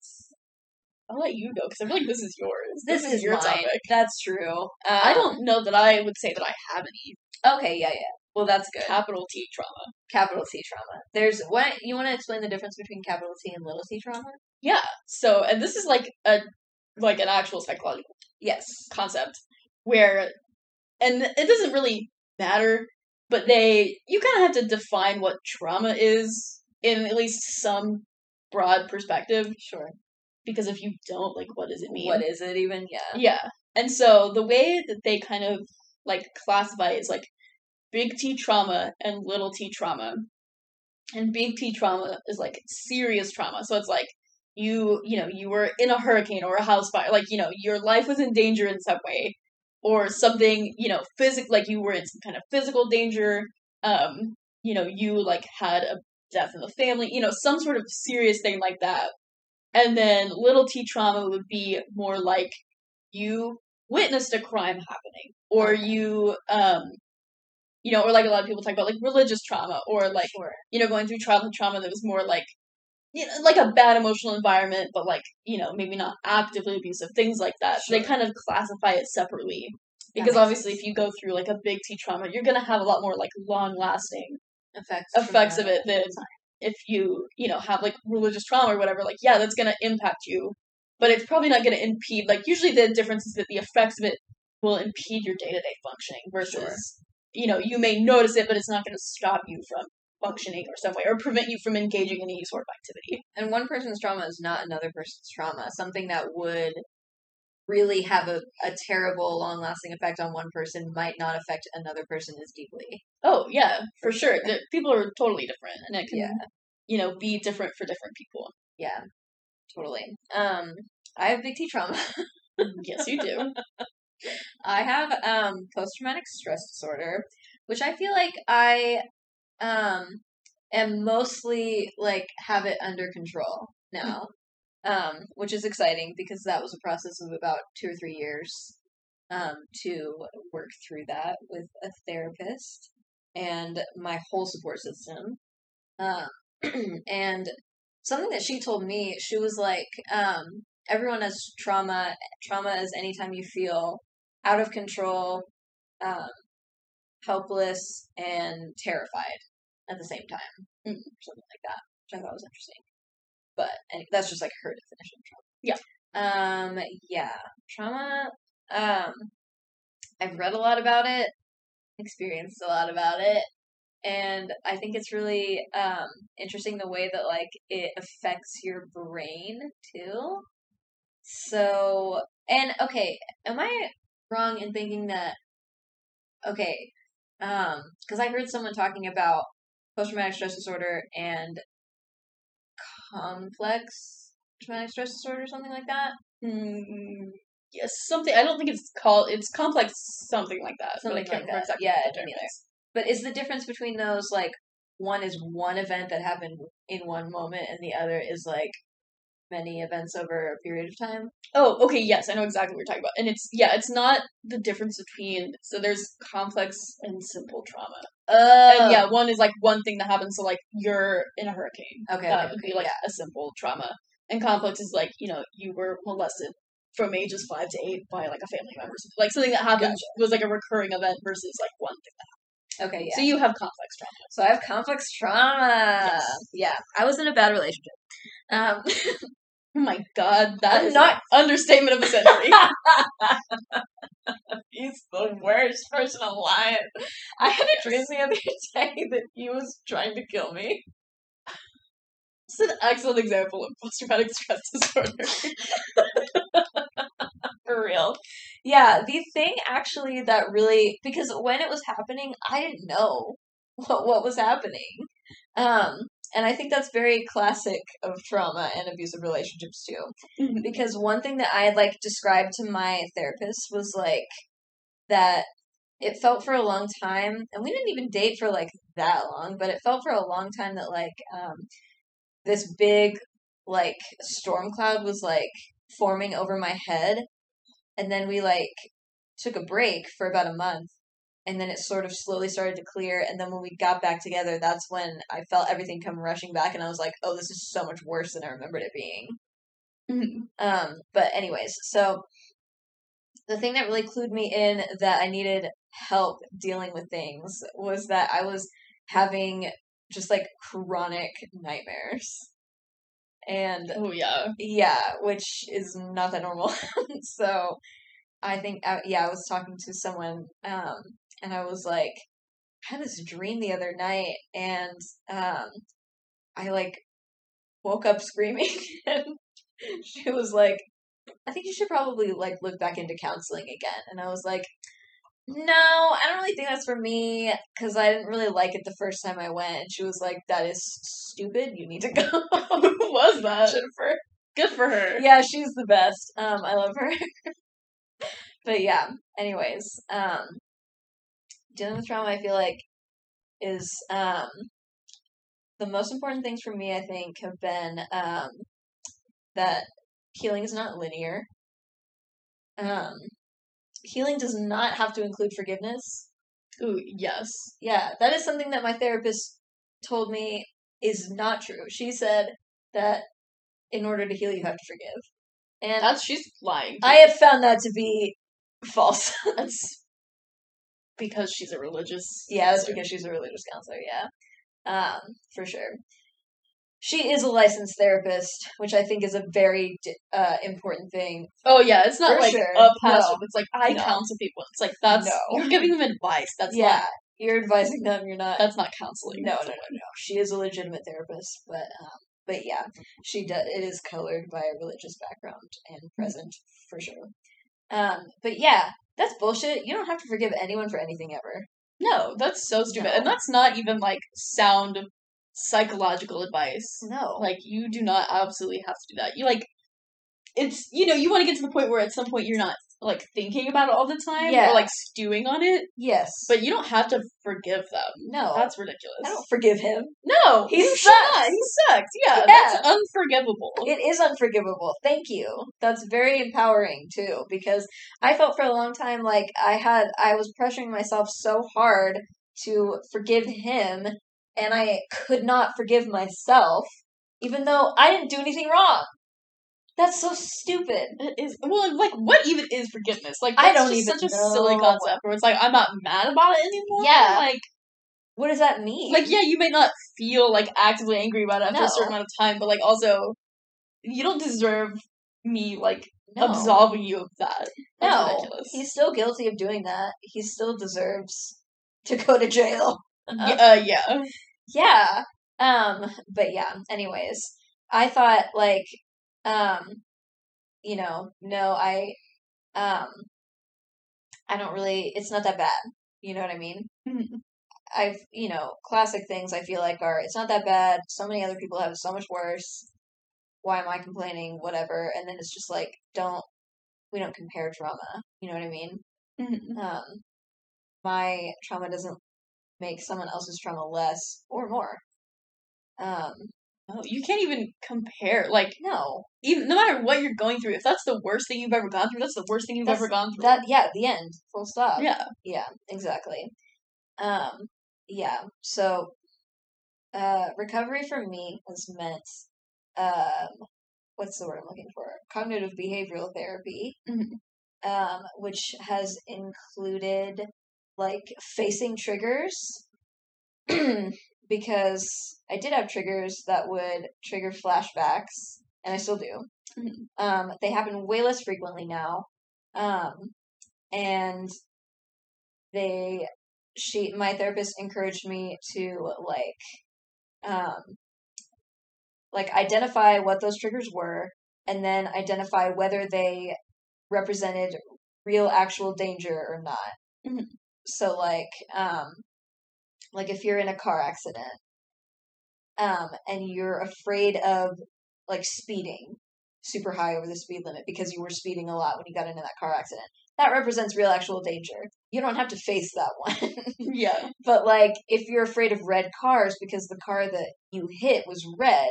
I'll let you go because I feel like this is yours.
This, is,
your
mine.
topic.
That's true. Um,
I don't know that I would say that I have any
Okay, yeah, yeah. Well, that's good.
capital T trauma.
Capital T trauma. There's what you want to explain the difference between capital T and little T trauma?
Yeah. So, and this is like a like an actual psychological
Yes.
concept where and it doesn't really matter but they you kind of have to define what trauma is in at least some broad perspective
Sure.
because if you don't like what does it mean
What is it even? Yeah.
yeah and so the way that they kind of like classify it is like big t trauma and little t trauma and big t trauma is like serious trauma so it's like you you know you were in a hurricane or a house fire like you know your life was in danger in some way or something you know physic like you were in some kind of physical danger um you know you like had a death in the family you know some sort of serious thing like that and then little t trauma would be more like you witnessed a crime happening or you um you know or like a lot of people talk about like religious trauma or like
Sure.
you know going through childhood trauma that was more like you know, like a bad emotional environment but like you know maybe not actively abusive things like that they
Sure.
kind of classify it separately because
makes
obviously if you go through like a big t trauma you're going to have a lot more like long lasting
effects from
effects
that.
of it than if you you know have like religious trauma or whatever like yeah that's going to impact you but it's probably not going to impede like usually the difference is that the effects of it will impede your day-to-day functioning versus
Sure.
you know you may notice it but it's not going to stop you from functioning or some way or prevent you from engaging in any sort of activity
and one person's trauma is not another person's trauma. Something that would really have a, a terrible, long lasting effect on one person might not affect another person as deeply.
oh yeah for sure The- people are totally different and it can
Yeah.
you know be different for different people
Yeah, totally. Um, I have big T trauma.
yes you do
I have um post traumatic stress disorder, which I feel like I um am mostly like have it under control now. Um, which is exciting because that was a process of about two or three years um to work through that with a therapist and my whole support system. Um and something that she told me, she was like, um, everyone has trauma. Trauma is anytime you feel out of control, um, helpless, and terrified at the same time,
Mm.
or something like that, which I thought was interesting. But and that's just like her definition
Yeah.
of trauma. Um, yeah, trauma. Um, I've read a lot about it, experienced a lot about it, and I think it's really um, interesting the way that like it affects your brain too. So, and okay, am I wrong in thinking that okay, um, because I heard someone talking about post traumatic stress disorder and complex traumatic stress disorder, or something like that,
Mm, yes, something. I don't think it's called. It's complex, something like that.
something
but I can't
like
remember
that.
exactly
Yeah,
what
it
the term
is.
is.
But is the difference between those like one is one event that happened in one moment, and the other is like many events over a period of time?
Oh, okay. Yes, I know exactly what you're talking about. And it's yeah, it's not the difference between. So there's complex and simple trauma.
Oh,
And yeah, one is like one thing that happens. So like you're in a hurricane.
Okay,
That
okay,
would be
okay,
uh, like
yeah.
a simple trauma. And complex is like you know you were molested from ages five to eight by like a family member. Like something that happened was like a recurring event versus like one thing.
Okay, yeah.
So you have complex trauma.
So I have complex trauma.
Yes.
Yeah, I was in a bad relationship. Um,
Oh my god, that
I'm
is
not-
an understatement of the century.
he's the worst person alive. I had a dream the other day that he was trying to kill me.
It's an excellent example of post traumatic stress disorder.
For real. Yeah, the thing actually that really because when it was happening, I didn't know what what was happening. Um, and I think that's very classic of trauma and abusive relationships too. because one thing that I had like described to my therapist was like that it felt for a long time, and we didn't even date for like that long, but it felt for a long time that like um, this big like storm cloud was like forming over my head, and then we like took a break for about a month. And then it sort of slowly started to clear. And then when we got back together, that's when I felt everything come rushing back. And I was like, oh, this is so much worse than I remembered it being.
Mm-hmm.
Um, but anyways, so the thing that really clued me in that I needed help dealing with things was that I was having just like chronic nightmares. And
oh yeah.
yeah, which is not that normal. so I think, I, yeah, I was talking to someone, um, and I was like, I had this dream the other night, and um, I like woke up screaming, and she was like, I think you should probably like look back into counseling again. And I was like, no, I don't really think that's for me because I didn't really like it the first time I went. And she was like, that is stupid. You need to go.
Who was that?
Jennifer.
Good for her.
yeah, she's the best. Um, I love her. but yeah, anyways, um, dealing with trauma, I feel like is um, the most important things for me. I think have been um, that healing is not linear. Um, healing does not have to include forgiveness.
Ooh, yes.
Yeah, that is something that my therapist told me is not true. She said that in order to heal, you have to forgive. And
That's she's lying.
I have found that to be false.
That's because she's a religious.
yeah, that's
sister.
because she's a religious counselor. Yeah, um, for sure. She is a licensed therapist, which I think is a very d- uh, important thing.
Oh yeah, it's not
For
like
sure.
a pastor.
No.
It's like I
No.
counsel people. It's like that's
No.
you're giving them advice. That's
yeah,
not
you're advising them. You're not.
that's not counseling.
No, no, no, no. She is a legitimate therapist, but um, but yeah, she does. It is colored by a religious background and
Hmm.
present for sure. Um, but yeah, that's bullshit. You don't have to forgive anyone for anything ever.
No, that's so stupid.
No.
And that's not even like sound psychological advice.
No,
Like you do not absolutely have to do that. You like it's you know, you want to get to the point where at some point you're not like thinking about it all the time
Yeah.
or like stewing on it,
yes,
but you don't have to forgive them.
no.
That's ridiculous.
I don't forgive him.
No,
He
you should
sucks.
not. He sucks. Yeah,
Yeah.
that's unforgivable.
It is unforgivable. Thank you. That's very empowering too, because I felt for a long time like I had I was pressuring myself so hard to forgive him, and I could not forgive myself, even though I didn't do anything wrong. That's so stupid.
It is well, like what even is forgiveness? Like
I
that's
don't
just
even
such a silly
know.
concept. Where it's like I'm not mad about it anymore.
Yeah.
like
What does that mean?
like yeah, you may not feel like actively angry about it after
No.
a certain amount of time, but like also, you don't deserve me like
no.
absolving you of that. That's
No,
ridiculous.
he's still guilty of doing that. He still deserves to go to jail.
Y- uh, yeah,
Yeah. Um, but yeah, anyways, I thought like um you know, no, I um I don't really it's not that bad. You know what I mean?
Mhm.
I've, you know, classic things I feel like are it's not that bad. So many other people have it so much worse. Why am I complaining? Whatever. And then it's just like don't we don't compare trauma. You know what I mean?
Mhm.
Um my trauma doesn't make someone else's trauma less or more. Um
no, you can't even compare. Like
no.
even no matter what you're going through, if that's the worst thing you've ever gone through, that's the worst thing you've
That's-
ever gone through.
Um, That yeah, the end. Full stop.
yeah,
Yeah, exactly. Um, yeah. So, uh, recovery for me has meant, um, what's the word I'm looking for? Cognitive behavioral therapy,
Mhm.
um, which has included like facing triggers, because I did have triggers that would trigger flashbacks, and I still do.
Mhm.
Um, they happen way less frequently now, um, and they she my therapist encouraged me to like um like identify what those triggers were and then identify whether they represented real actual danger or not
Mhm.
so like um like if you're in a car accident um and you're afraid of like speeding super high over the speed limit because you were speeding a lot when you got into that car accident that represents real actual danger you don't have to face that one
yeah,
But like, if you're afraid of red cars because the car that you hit was red,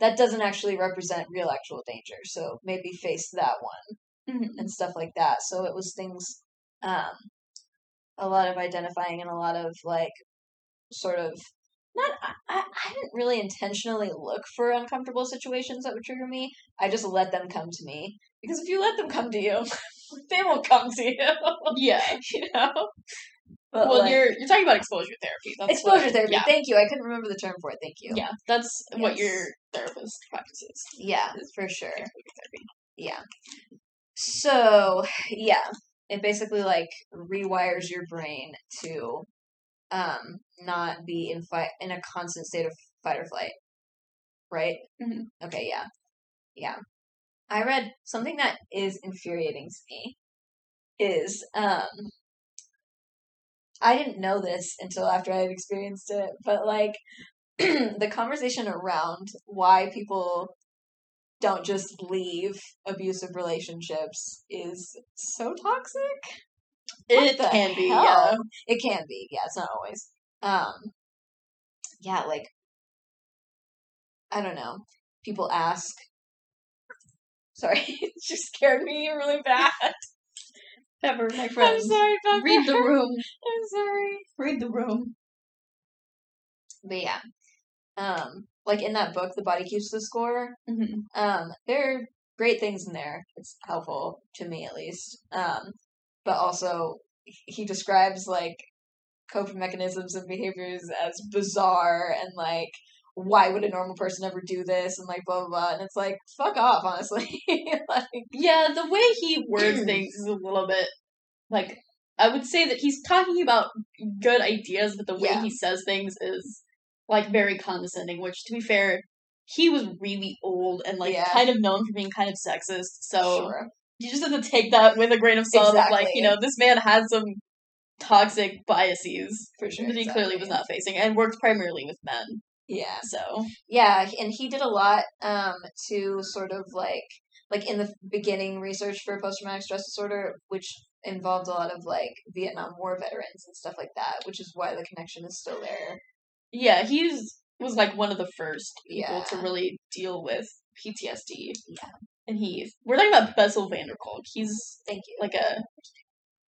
that doesn't actually represent real actual danger. So maybe face that one
Mhm.
and stuff like that. So it was things, um, a lot of identifying and a lot of like, sort of not. I, I I didn't really intentionally look for uncomfortable situations that would trigger me. I just let them come to me because if you let them come to you, they will come to you.
yeah.
you know. But
Well,
like-
you're you're talking about exposure therapy. That's what-
exposure therapy.
Yeah,
Thank you. I couldn't remember the term for it. Thank you.
yeah, that's what
Yes.
your therapist practices.
Yeah, for sure.
Exposure therapy.
Yeah. So, yeah, it basically like rewires your brain to um not be in fight in a constant state of fight or flight. Right?
Mhm.
Okay, yeah. Yeah. I read something that is infuriating to me is um I didn't know this until after I had experienced it, but like the conversation around why people don't just leave abusive relationships is so toxic.
It
the
can be,
hell?
yeah.
It can be, yeah, it's not always. Um yeah, like I don't know. People ask Sorry, it just scared me really bad.
Ever, my
I'm
friend.
sorry about
Read the
that.
room.
I'm sorry.
Read the room.
But yeah. Um like in that book, The Body Keeps the Score,
hmm
Um, there are great things in there. It's helpful to me at least. Um, but also he describes like coping mechanisms and behaviors as bizarre and like why would a normal person ever do this and like blah blah blah and it's like fuck off honestly like
Yeah, the way he words things is a little bit like I would say that he's talking about good ideas, but the way
Yeah.
he says things is like very condescending. Which, to be fair, he was really old and like
Yeah.
kind of known for being kind of sexist. So
sure
you just have to take that with a grain of salt. of, Like
Exactly.
you know, this man had some toxic biases
for sure
that he clearly was
exactly.
not facing, and worked primarily with men.
yeah
So
Yeah, h- and he did a lot um to sort of like like in the beginning research for post traumatic stress disorder, which involved a lot of like Vietnam War veterans and stuff like that, which is why the connection is still there.
yeah, he's was like one of the first people
Yeah.
to really deal with PTSD.
Yeah.
And he we're talking about Bessel van der Kolk. He's
Thank you.
like a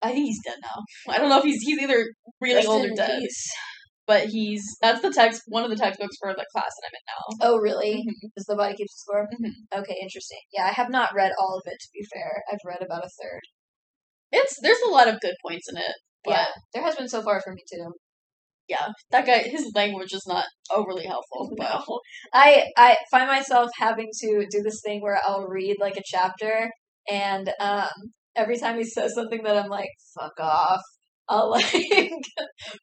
I think he's dead now. I don't know if he's he's either really
Rest
old or
in
dead.
peace.
But he's that's the text one of the textbooks for the class that I'm in now. Mm-hmm.
Oh, really? Does the body keep the score?
Mhm.
Okay, interesting. Yeah, I have not read all of it. To be fair, I've read about a third.
It's there's a lot of good points in it, but
yeah, there has been so far for me too.
that guy his language is not overly helpful. But
No. I I find myself having to do this thing where I'll read like a chapter, and um, every time he says something that I'm like, "fuck off," I'll like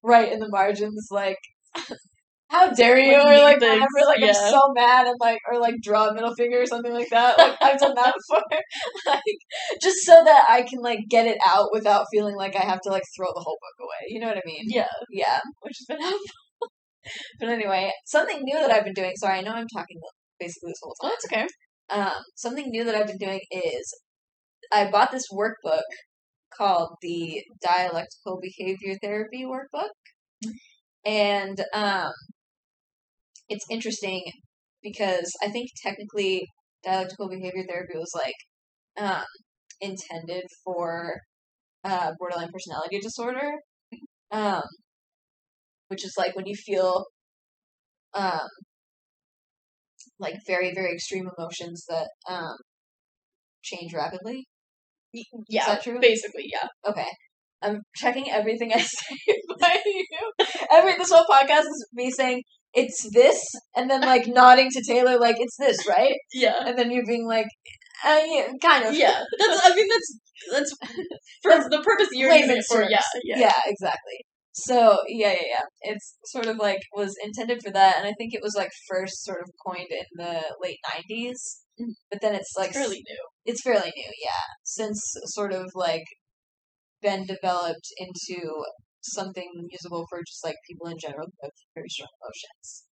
write in the margins like. How dare you?
Like,
Or like
mean
whenever
things,
like I'm
yeah.
so mad and like or like draw a middle finger or something like that. Like I've done that before. like just so that I can like get it out without feeling like I have to like throw the whole book away. You know what I mean?
yeah.
Yeah, which has been helpful. but anyway, something new that I've been doing. Sorry, I know I'm talking basically this whole
Well that's okay.
time. Um, something new that I've been doing is I bought this workbook called the Dialectical Behavior Therapy Workbook, and um, it's interesting because I think technically dialectical behavior therapy was like um, intended for uh, borderline personality disorder, um, which is like when you feel um, like very very extreme emotions that um, change rapidly.
Y-
Is
Yeah.
that true?
Basically, yeah.
Okay. I'm checking everything I say by you. Every this whole podcast is me saying it's this, and then like nodding to Taylor like it's this, right?
Yeah.
And then you being like, uh, yeah, kind of.
Yeah. That's I mean that's that's for
That's
the purpose you're using it
layman's
for.
terms.
Yeah, yeah.
exactly. So yeah, yeah, yeah. It's sort of like was intended for that, and I think it was like first sort of coined in the late '90s.
Mhm.
But then it's like
It's fairly new.
it's fairly new, yeah. Since sort of like been developed into something usable for just like people in general who have very strong emotions.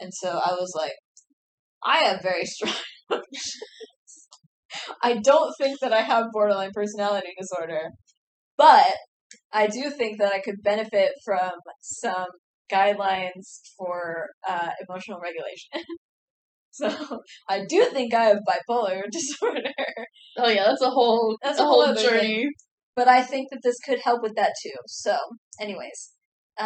And so I was like, I have very strong emotions. I don't think that I have borderline personality disorder, but I do think that I could benefit from some guidelines for uh, emotional regulation. so I do think I have bipolar disorder,
Oh yeah, that's a whole
That's
that's
a
a
whole
whole
other thing.
journey.
but I think that this could help with that too. So, anyways,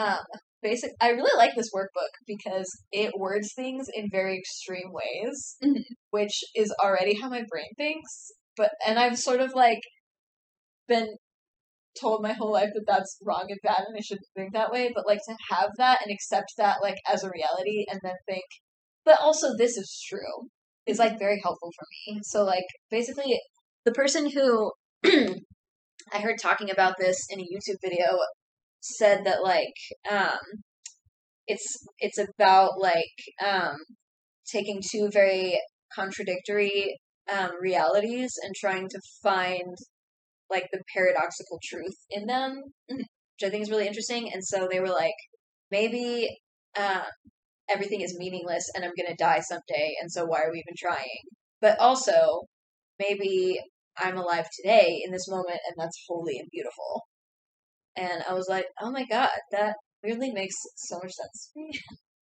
um, basic. I really like this workbook because it words things in very extreme ways,
Mhm.
which is already how my brain thinks. But and I've sort of like been told my whole life that that's wrong and bad and I shouldn't think that way, but like to have that and accept that like as a reality and then think, but also this is true is like very helpful for me. So like basically the person who I heard talking about this in a YouTube video said that like um it's it's about like um taking two very contradictory um realities and trying to find like the paradoxical truth in them which I think is really interesting. And so they were like, maybe um, everything is meaningless and I'm going to die someday. And so why are we even trying? But also, maybe I'm alive today in this moment and that's holy and beautiful. And I was like, oh my God, that weirdly makes so much sense to me.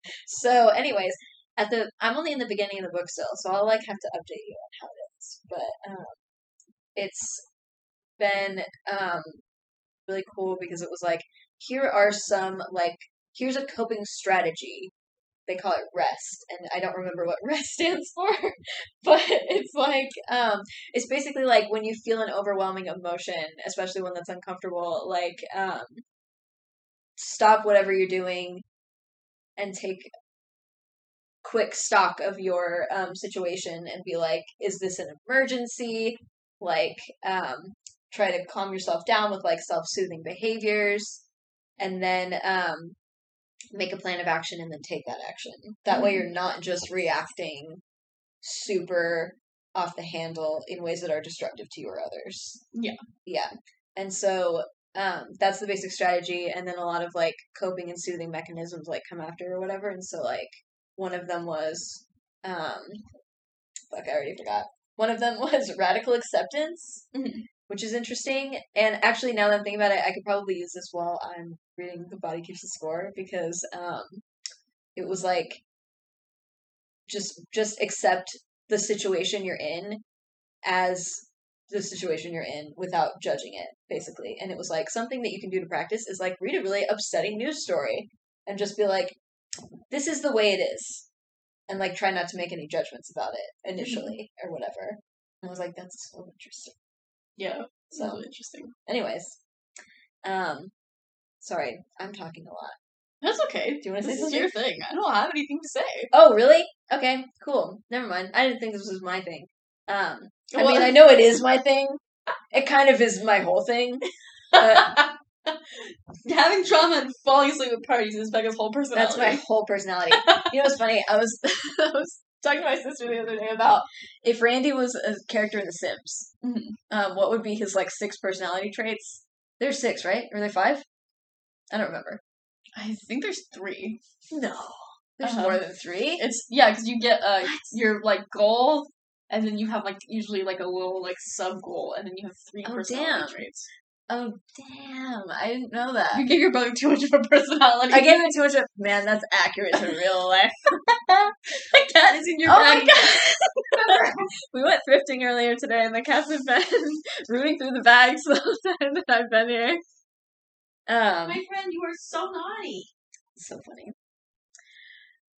so, anyways, at the I'm only in the beginning of the book still, so I'll like have to update you on how it is. But um, it's been um, really cool because it was like here are some like here's a coping strategy. They call it rest, and I don't remember what rest stands for, but it's like um, it's basically like when you feel an overwhelming emotion, especially one that's uncomfortable. Like um, stop whatever you're doing and take quick stock of your um, situation and be like, is this an emergency? Like, um, try to calm yourself down with like self soothing behaviors and then um, make a plan of action and then take that action. That way you're not just reacting super off the handle in ways that are destructive to you or others.
Yeah.
Yeah. And so um, that's the basic strategy. And then a lot of like coping and soothing mechanisms like come after or whatever. And so, like, one of them was, um, fuck, I already forgot. One of them was radical acceptance,
Mhm.
which is interesting. And actually, now that I'm thinking about it, I could probably use this while I'm reading The Body Keeps the Score because um, it was like just just accept the situation you're in as the situation you're in without judging it, basically. And it was like something that you can do to practice is like read a really upsetting news story and just be like, this is the way it is and like try not to make any judgments about it initially or whatever and i was like that's so interesting
Yeah. So
so
interesting.
anyways um sorry i'm talking a lot
That's okay.
Do you wanna
This
say
is your thing. I don't have anything to say.
oh really okay cool never mind i didn't think this was my thing um i
Well-
mean i know it is my thing it kind of is my whole thing but
Having trauma and falling asleep at parties is Becca's whole personality.
that's my whole personality you know what's funny i was
I was talking to my sister the other day about
if Randy was a character in The Sims,
Mhm.
um, what would be his like six personality traits? There's six, right? Or Are there five? I don't remember.
I think there's three.
No, there's
Uh-huh.
more than three.
It's yeah, because you get uh your like goal, and then you have like usually like a little like sub goal, and then you have three
Oh,
personality
damn.
traits.
Oh damn, I didn't know that.
You give your brother too much of a personality.
I gave him too much of man. That's accurate to real life.
my cat is in your
Oh my
bag.
we went thrifting earlier today, and the cats have been rooting through the bags the whole time that I've been here. Um,
friend, you are so naughty.
so funny.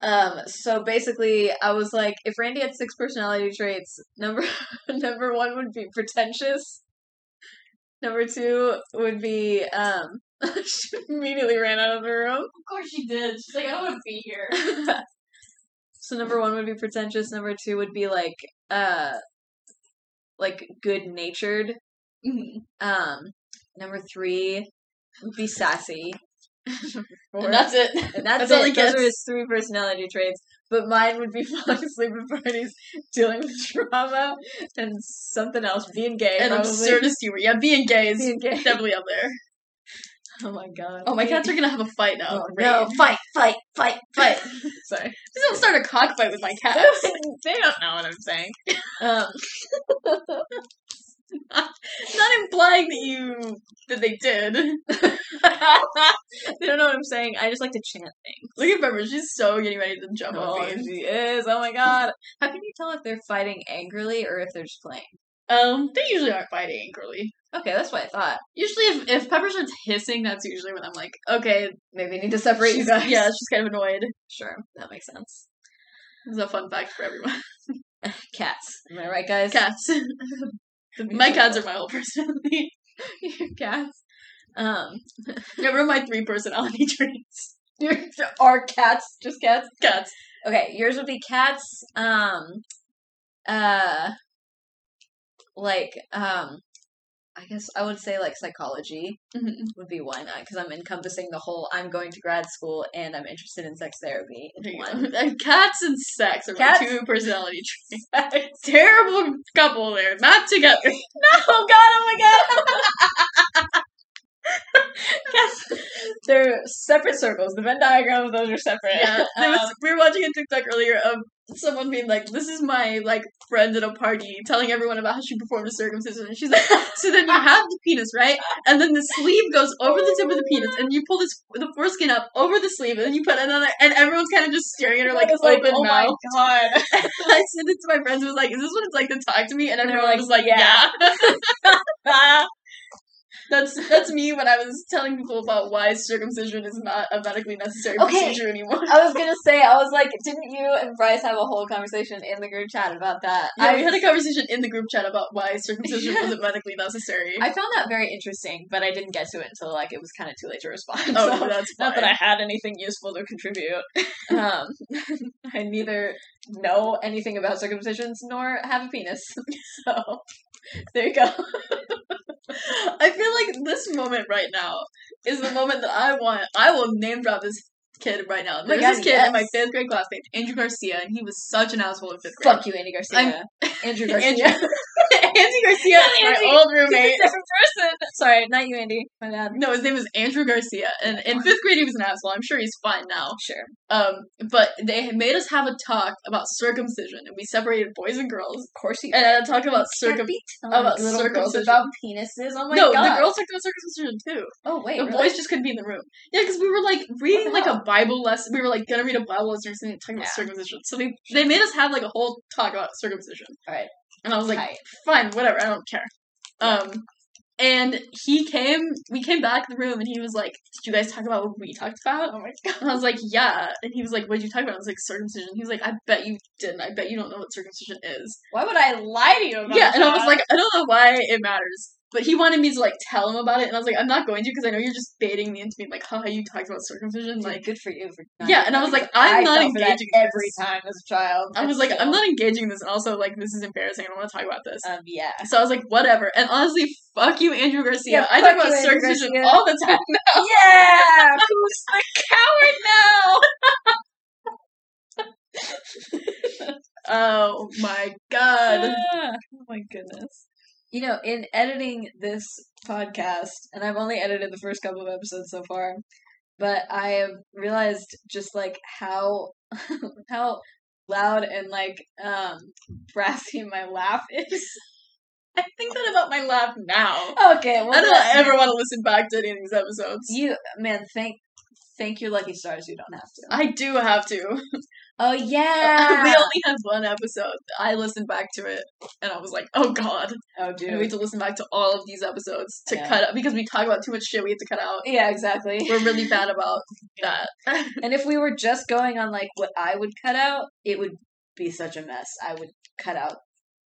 Um, so basically I was like, if Randy had six personality traits, number number one would be pretentious. Number two would be um she immediately ran out of the room.
Of course she did. She's like, I don't want to be here.
so number one would be pretentious, number two would be like uh like good natured.
Mm-hmm.
Um number three would be sassy. Number four-
and that's it.
And that's,
That's all
it.
he
Those
gets.
are his three personality traits. But mine would be falling asleep at parties, dealing with trauma, and something else. Being gay.
And
probably.
absurdist humor. Yeah, being gay is
Being gay.
definitely up there.
Oh my god.
Oh, my cats are gonna have a fight now.
Oh,
Great.
no. Fight, fight, fight, fight.
Sorry. Please don't start a cockfight with my cat.
they don't know what I'm saying. Um,
Not implying that you that they did.
they don't know what I'm saying. I just like to chant things.
Look at Pepper, she's so getting ready to jump
Oh,
off me.
she is. Oh my god. How can you tell if they're fighting angrily or if they're just playing?
Um, they usually aren't fighting angrily.
Okay, that's what I thought.
Usually, if, if Pepper starts hissing, that's usually when I'm like, okay,
Maybe I need to separate you
she's-
guys.
yeah, she's kind of annoyed.
Sure, that makes sense.
This is a fun fact for everyone.
Cats. Am I right, guys?
Cats. my cats are my whole personality.
Your cats. Um,
Yeah, what are my three personality traits?
are cats just cats?
Cats.
Okay, yours would be cats. Um, uh, like um, I guess I would say like psychology
Mhm.
would be one because I'm encompassing the whole. I'm going to grad school and I'm interested in sex therapy. in
There you
one.
go. And cats and sex are
Cats-
my two personality traits. Terrible couple there. Not together.
Oh God! Oh my God! cats, they're separate circles. The Venn diagram of those are separate.
Yeah, there was,
Um,
we were watching a TikTok earlier of someone being like, "This is my like friend at a party telling everyone about how she performed a circumcision," and she's like, "So then you have the penis, right? And then the sleeve goes over the tip of the penis, and you pull this the foreskin up over the sleeve, and then you put another." And everyone's kind of just staring at her like
I was
open
oh
mouth.
my god.
I sent it to my friends. Was like, "Is this what it's like to talk to me?" And
And they were
everyone
like,
was like,
"Yeah."
"Yeah."
Ah.
That's that's me when I was telling people about why circumcision is not a medically necessary
Okay.
procedure anymore.
I was gonna say, I was like, didn't you and Bryce have a whole conversation in the group chat about that?
Yeah,
I
we had a conversation in the group chat about why circumcision wasn't medically necessary.
I found that very interesting, but I didn't get to it until like it was kind of too late to respond.
oh,
so.
that's fine.
Not that I had anything useful to contribute. Um, I neither know anything about circumcisions nor have a penis. So there you go.
I feel like this moment right now is the moment that I want. I will name drop this kid right now.
Oh my
There's
God,
this kid in my
yes.
fifth grade class named Andrew Garcia, and he was such an asshole in fifth grade.
Fuck you, Andy Garcia. Andrew Garcia.
Andrew, Andy Garcia, my
Andy.
old
He's a
roommate.
different person. Sorry, not you, Andy. My bad.
No, his name was Andrew Garcia, and in fifth grade he was an asshole. I'm sure he's fine now.
Sure.
Um, but they had made us have a talk about circumcision, and we separated boys and girls,
Of course you.
and I talked about
Can't
circum.
be telling
about
little girls
circumcision.
about penises. Oh my
no,
god.
the girls talked about circumcision too.
oh wait,
the
really?
boys just couldn't be in the room. Yeah, because we were like reading
What
like a
the
Bible lesson. We were like gonna read a Bible lesson or something talking about
Yeah.
circumcision. So they they made us have like a whole talk about circumcision.
Alright.
And I was like,
Tight.
fine, whatever, I don't care. Um, and he came. We came back to the room, and he was like, "Did you guys talk about what we talked about?"
Oh my god.
And I was like, yeah. And he was like, what did you talk about? I was like, circumcision. He was like, I bet you didn't. I bet you don't know what circumcision is.
Why would I lie to you about
yeah. And I was
that?
like, I don't know why it matters. But he wanted me to like tell him about it. And I was like, I'm not going to because I know you're just baiting me into being like, haha, you talked about circumcision.
Dude,
Like,
good for you for not
yeah. And I was like, I'm not
fell for that
engaging in
every
this.
time as a child.
I
and
was like,
still.
I'm not engaging in this. And also, like, this is embarrassing. I don't want to talk about this.
Um, yeah.
So I was like, whatever. And honestly, fuck you, Andrew Garcia.
Yeah,
I talk
fuck
about
you, Andrew
circumcision
Garcia.
all the time.
Yeah, who's the coward now?
Oh my god.
oh my goodness. You know, in editing this podcast, and I've only edited the first couple of episodes so far, but I have realized just like how how loud and like um brassy my laugh is.
I think that about my laugh now.
Okay, well,
I don't
that-
ever want to listen back to any of these episodes.
Oh, you man, thank thank your lucky stars you don't have to.
I do have to.
Oh yeah.
we only have one episode. I listened back to it and I was like, oh god.
oh
And we have to listen back to all of these episodes to
Yeah.
cut out because we talk about too much shit we have to cut out.
Yeah, exactly.
We're really bad about that.
And if we were just going on like what I would cut out, it would be such a mess. I would cut out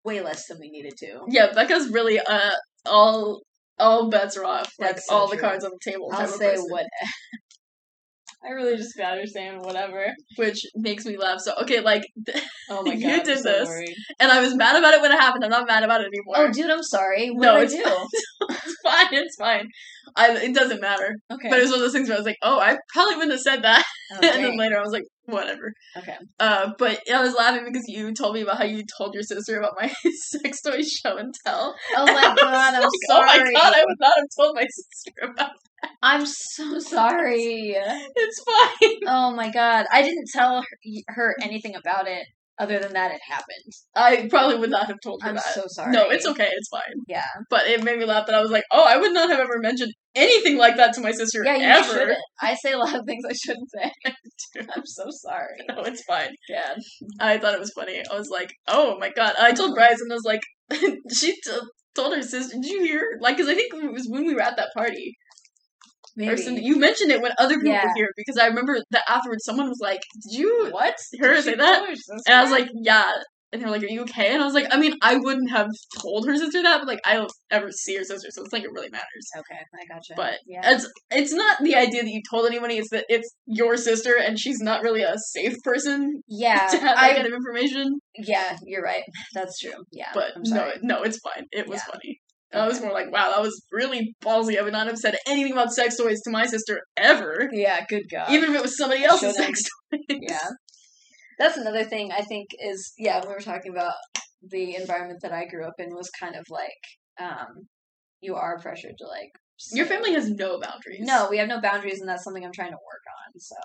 way less than we needed to.
Yeah, Becca's really uh all all bets are off. Like
That's so
all the
true.
cards on the table.
I'll
type of
say
person,
what. I really just got her saying whatever.
which makes me laugh. So okay, like
Oh my god,
You
I'm
did
so
this.
worried.
and I was mad about it when it happened. I'm not mad about it anymore.
Oh, dude, I'm sorry. What
No,
no,
it's
did I do?
it's fine, it's fine. I it doesn't matter.
Okay.
But it was one of those things where I was like, oh, I probably wouldn't have said that.
Oh,
and
dang.
then later I was like, whatever.
Okay.
Uh, but I was laughing because you told me about how you told your sister about my sex toy show and tell.
oh my god, I'm
Like, oh
sorry.
my god, I would not have told my sister about
I'm so sorry.
it. It's fine.
Oh my god, I didn't tell her, her anything about it other than that it happened.
I probably would not have told her
I'm
that.
so sorry.
No, it's okay, it's fine.
Yeah.
But it made me laugh that I was like, oh, I would not have ever mentioned anything like that to my sister
Yeah, you
ever.
shouldn't. I say a lot of things I shouldn't say. I'm so sorry.
No, it's fine.
Yeah.
I thought it was funny. I was like, oh my god. I told Bryce, and I was like, she t- told her sister, did you hear? Like, because I think it was when we were at that party.
Maybe.
Or something. You mentioned it when other people
Yeah.
were here, because I remember that afterwards someone was like, did you
what?
hear her
Did
say
she
that?
tell her sister?
And I was like, yeah. And they were like, are you okay? And I was like, I mean, I wouldn't have told her sister that, but like, I don't ever see her sister, so it's like, it really matters.
okay, I gotcha.
But
Oh, yeah.
It's it's not the idea that you told anybody; it's that it's your sister, and she's not really a safe person
yeah,
to have that
I,
kind of information.
yeah, you're right. That's true. Yeah.
But
I'm
no,
sorry.
no, it's fine. It was
Yeah.
funny. And I was more like, wow, that was really ballsy. I would not have said anything about sex toys to my sister ever,
Yeah, good God.
even if it was somebody else's
Shouldn't.
sex toys.
yeah. That's another thing I think is, yeah, we were talking about the environment that I grew up in was kind of like, um, you are pressured to like
Your family has no boundaries.
No, we have no boundaries, and that's something I'm trying to work on. So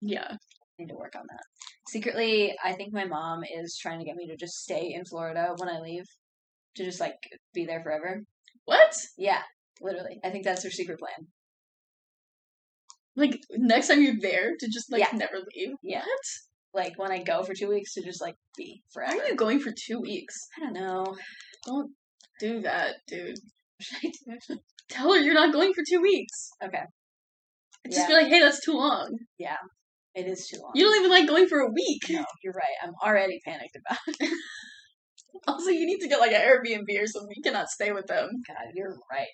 Yeah.
I need to work on that. Secretly, I think my mom is trying to get me to just stay in Florida when I leave, to just like be there forever.
What?
Yeah, literally. I think that's her secret plan.
Like next time you're there to just like
Yeah.
never leave.
Yeah.
What?
Like when I go for two weeks to just like be
Why
forever.
are you going for two weeks?
I don't know.
Don't do that, dude.
Should I do it?
Tell her you're not going for two weeks.
Okay.
Just be like, hey, that's too long.
It is too long.
You don't even like going for a week.
no, you're right. I'm already panicked about
Also, you need to get like an Airbnb or something. You cannot stay with them.
God, you're right,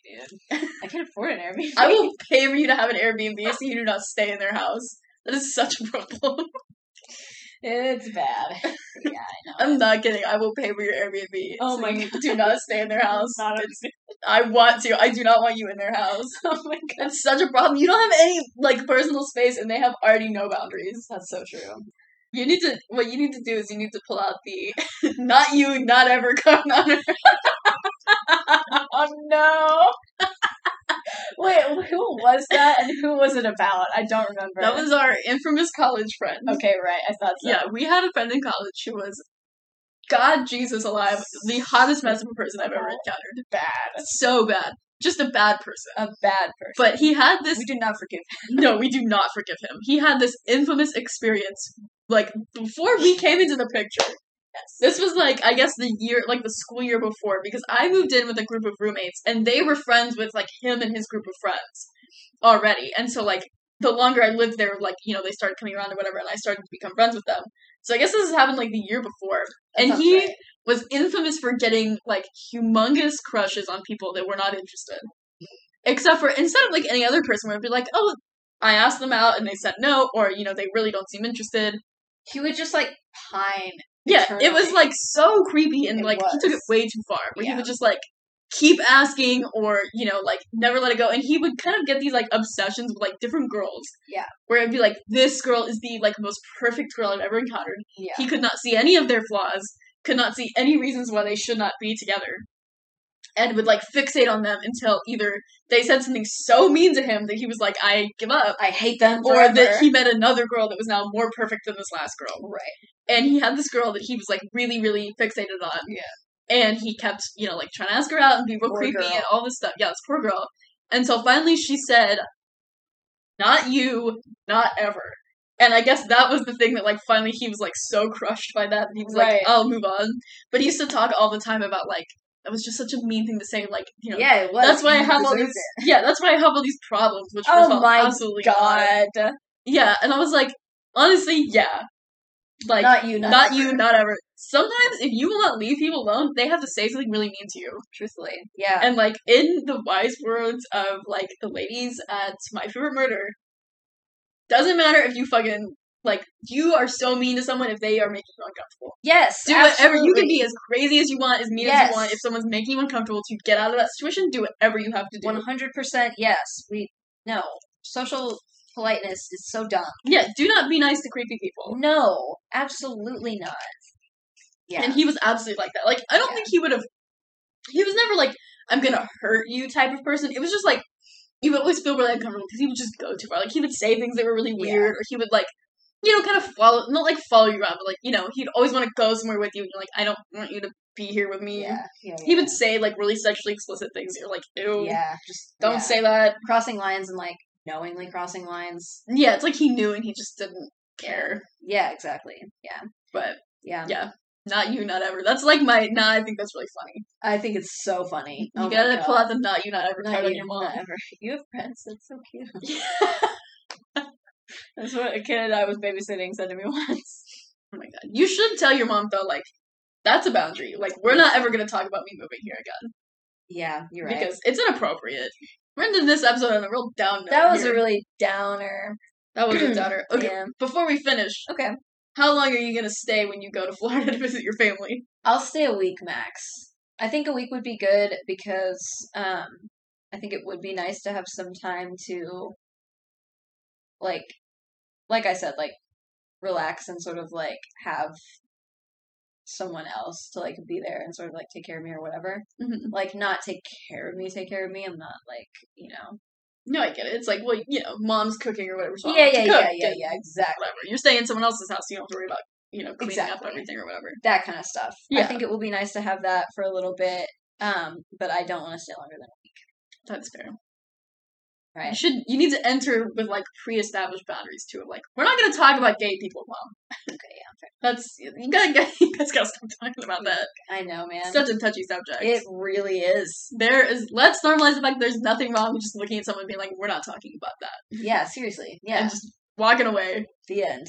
dude. I can't afford an Airbnb.
I will pay for you to have an Airbnb so you do not stay in their house. That is such a problem.
It's bad. Yeah, I know.
I'm not kidding. I will pay for your Airbnb.
Oh
so
my
you Do not stay in their house.
Not a-
It's- I want to. I do not want you in their house.
oh my god.
That's such a problem. You don't have any like personal space, and they have already no boundaries.
That's so true.
You need to. What you need to do is you need to pull out the "not you, not ever come on
Oh no. Wait, who was that and who was it about? I don't remember.
That was our infamous college friend.
Okay, right. I thought so.
Yeah, we had a friend in college who was, God Jesus alive, the hottest mess of a person I've ever encountered.
Bad.
So bad. Just a bad person.
A bad person.
But he had this.
we do not forgive
No, we do not forgive him. He had this infamous experience, like, before we came into the picture. This was like, I guess, the year, like the school year before, because I moved in with a group of roommates, and they were friends with like him and his group of friends already. And so, like, the longer I lived there, like, you know, they started coming around or whatever, and I started to become friends with them. So I guess this has happened like the year before.
That
and
sounds
he
right.
was infamous for getting like humongous crushes on people that were not interested. Except for instead of like any other person where it'd be like, oh, I asked them out and they said no, or you know, they really don't seem interested.
He would just like pine.
Yeah, it was
Eternally.
like so creepy and
It
like he took it
was.
way too far. Where he
Yeah.
would just like keep asking or, you know, like never let it go. And he would kind of get these like obsessions with like different girls.
Yeah.
Where it'd be like, this girl is the like most perfect girl I've ever encountered.
Yeah.
He could not see any of their flaws, could not see any reasons why they should not be together. And would like fixate on them until either they said something so mean to him that he was like, I give up.
I hate them
Or
forever.
that he met another girl that was now more perfect than this last girl
Right.
and he had this girl that he was like really really fixated on
Yeah.
and he kept you know like trying to ask her out and be real
Poor
creepy
girl.
and all this stuff yeah this poor girl and so finally she said not you not ever and i guess that was the thing that like finally he was like so crushed by that that he was like
Right.
i'll move on but he used to talk all the time about like that was just such a mean thing to say like you know
Yeah, it was.
that's why
He
i have all
deserved
these yeah that's why i have all these problems which
Oh
first of all,
my
absolutely
it.
not.
God. uh,
yeah and i was like honestly yeah like
not you, not,
not
her.
you, not ever. Sometimes if you will not leave people alone, they have to say something really mean to you.
Truthfully. Yeah.
And like in the wise words of like the ladies at My Favorite Murder, doesn't matter if you fucking like you are so mean to someone if they are making you uncomfortable.
yes.
Do whatever you can be as crazy as you want, as mean as
Yes.
you want. If someone's making you uncomfortable to get out of that situation, do whatever you have to do.
One hundred percent. Yes. We no social politeness is so dumb.
Yeah, do not be nice to creepy people.
No, absolutely not. Yeah.
And he was absolutely like that. Like, I don't
Yeah.
think he would have. He was never like, I'm gonna hurt you type of person. It was just like, you would always feel really uncomfortable because he would just go too far. Like, he would say things that were really
Yeah.
weird, or he would, like, you know, kind of follow, not like follow you around, but like, you know, he'd always want to go somewhere with you, and you're like, I don't want you to be here with me.
yeah. yeah,
He would say, like, really sexually explicit things. You're like, ew,
Yeah. Just
don't
yeah.
say that.
crossing lines and like knowingly crossing lines.
Yeah, it's like he knew and he just didn't care.
Yeah. Exactly. Yeah.
But
Yeah.
yeah, not you, not ever. That's like my, nah, I think that's really funny.
I think it's so funny. Oh
You gotta pull out the not you, not ever card on your mom.
Ever. You have friends. That's so cute.
That's what a kid I was babysitting said to me once. Oh my god. You should tell your mom though, like, that's a boundary. Like, we're not ever gonna talk about me moving here again.
Yeah. You're right.
Because it's inappropriate. We're ending this episode on a real down note.
that was
here.
a really downer.
That was a downer. Okay.
Yeah.
Before we finish,
Okay.
how long are you gonna stay when you go to Florida to visit your family?
I'll stay a week max. I think a week would be good because um I think it would be nice to have some time to like like I said, like relax and sort of like have someone else to like be there and sort of like take care of me or whatever.
Mhm.
Like not take care of me, take care of me. I'm not like you know.
No, I get it. It's like, well, you know, mom's cooking or whatever. So I'll
yeah,
have to
yeah,
cook
yeah, yeah,
and
yeah. Exactly.
Whatever. You're staying in someone else's house. You don't have to worry about, you know, cleaning up
Exactly.
everything or whatever.
That kind of stuff. I
Yeah.
think it will be nice to have that for a little bit. Um, but I don't want to stay longer than
That's fair.
a week. Right.
You should. You need to enter with like pre-established boundaries too. Of like, we're not going to talk about gay people, mom.
Okay.
That's you gotta. You guys gotta stop talking about that.
Yeah. I know, man.
Such a touchy subject.
it really is.
there is. Let's normalize the fact there's nothing wrong with just looking at someone and being like, we're not talking about that.
Yeah. Seriously. Yeah.
And just walking away.
the end.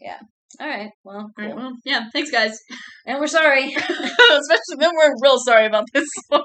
Yeah. All right. Well.
All right,
cool.
well, yeah. Thanks, guys.
And we're sorry.
Especially then, we're real sorry about this one.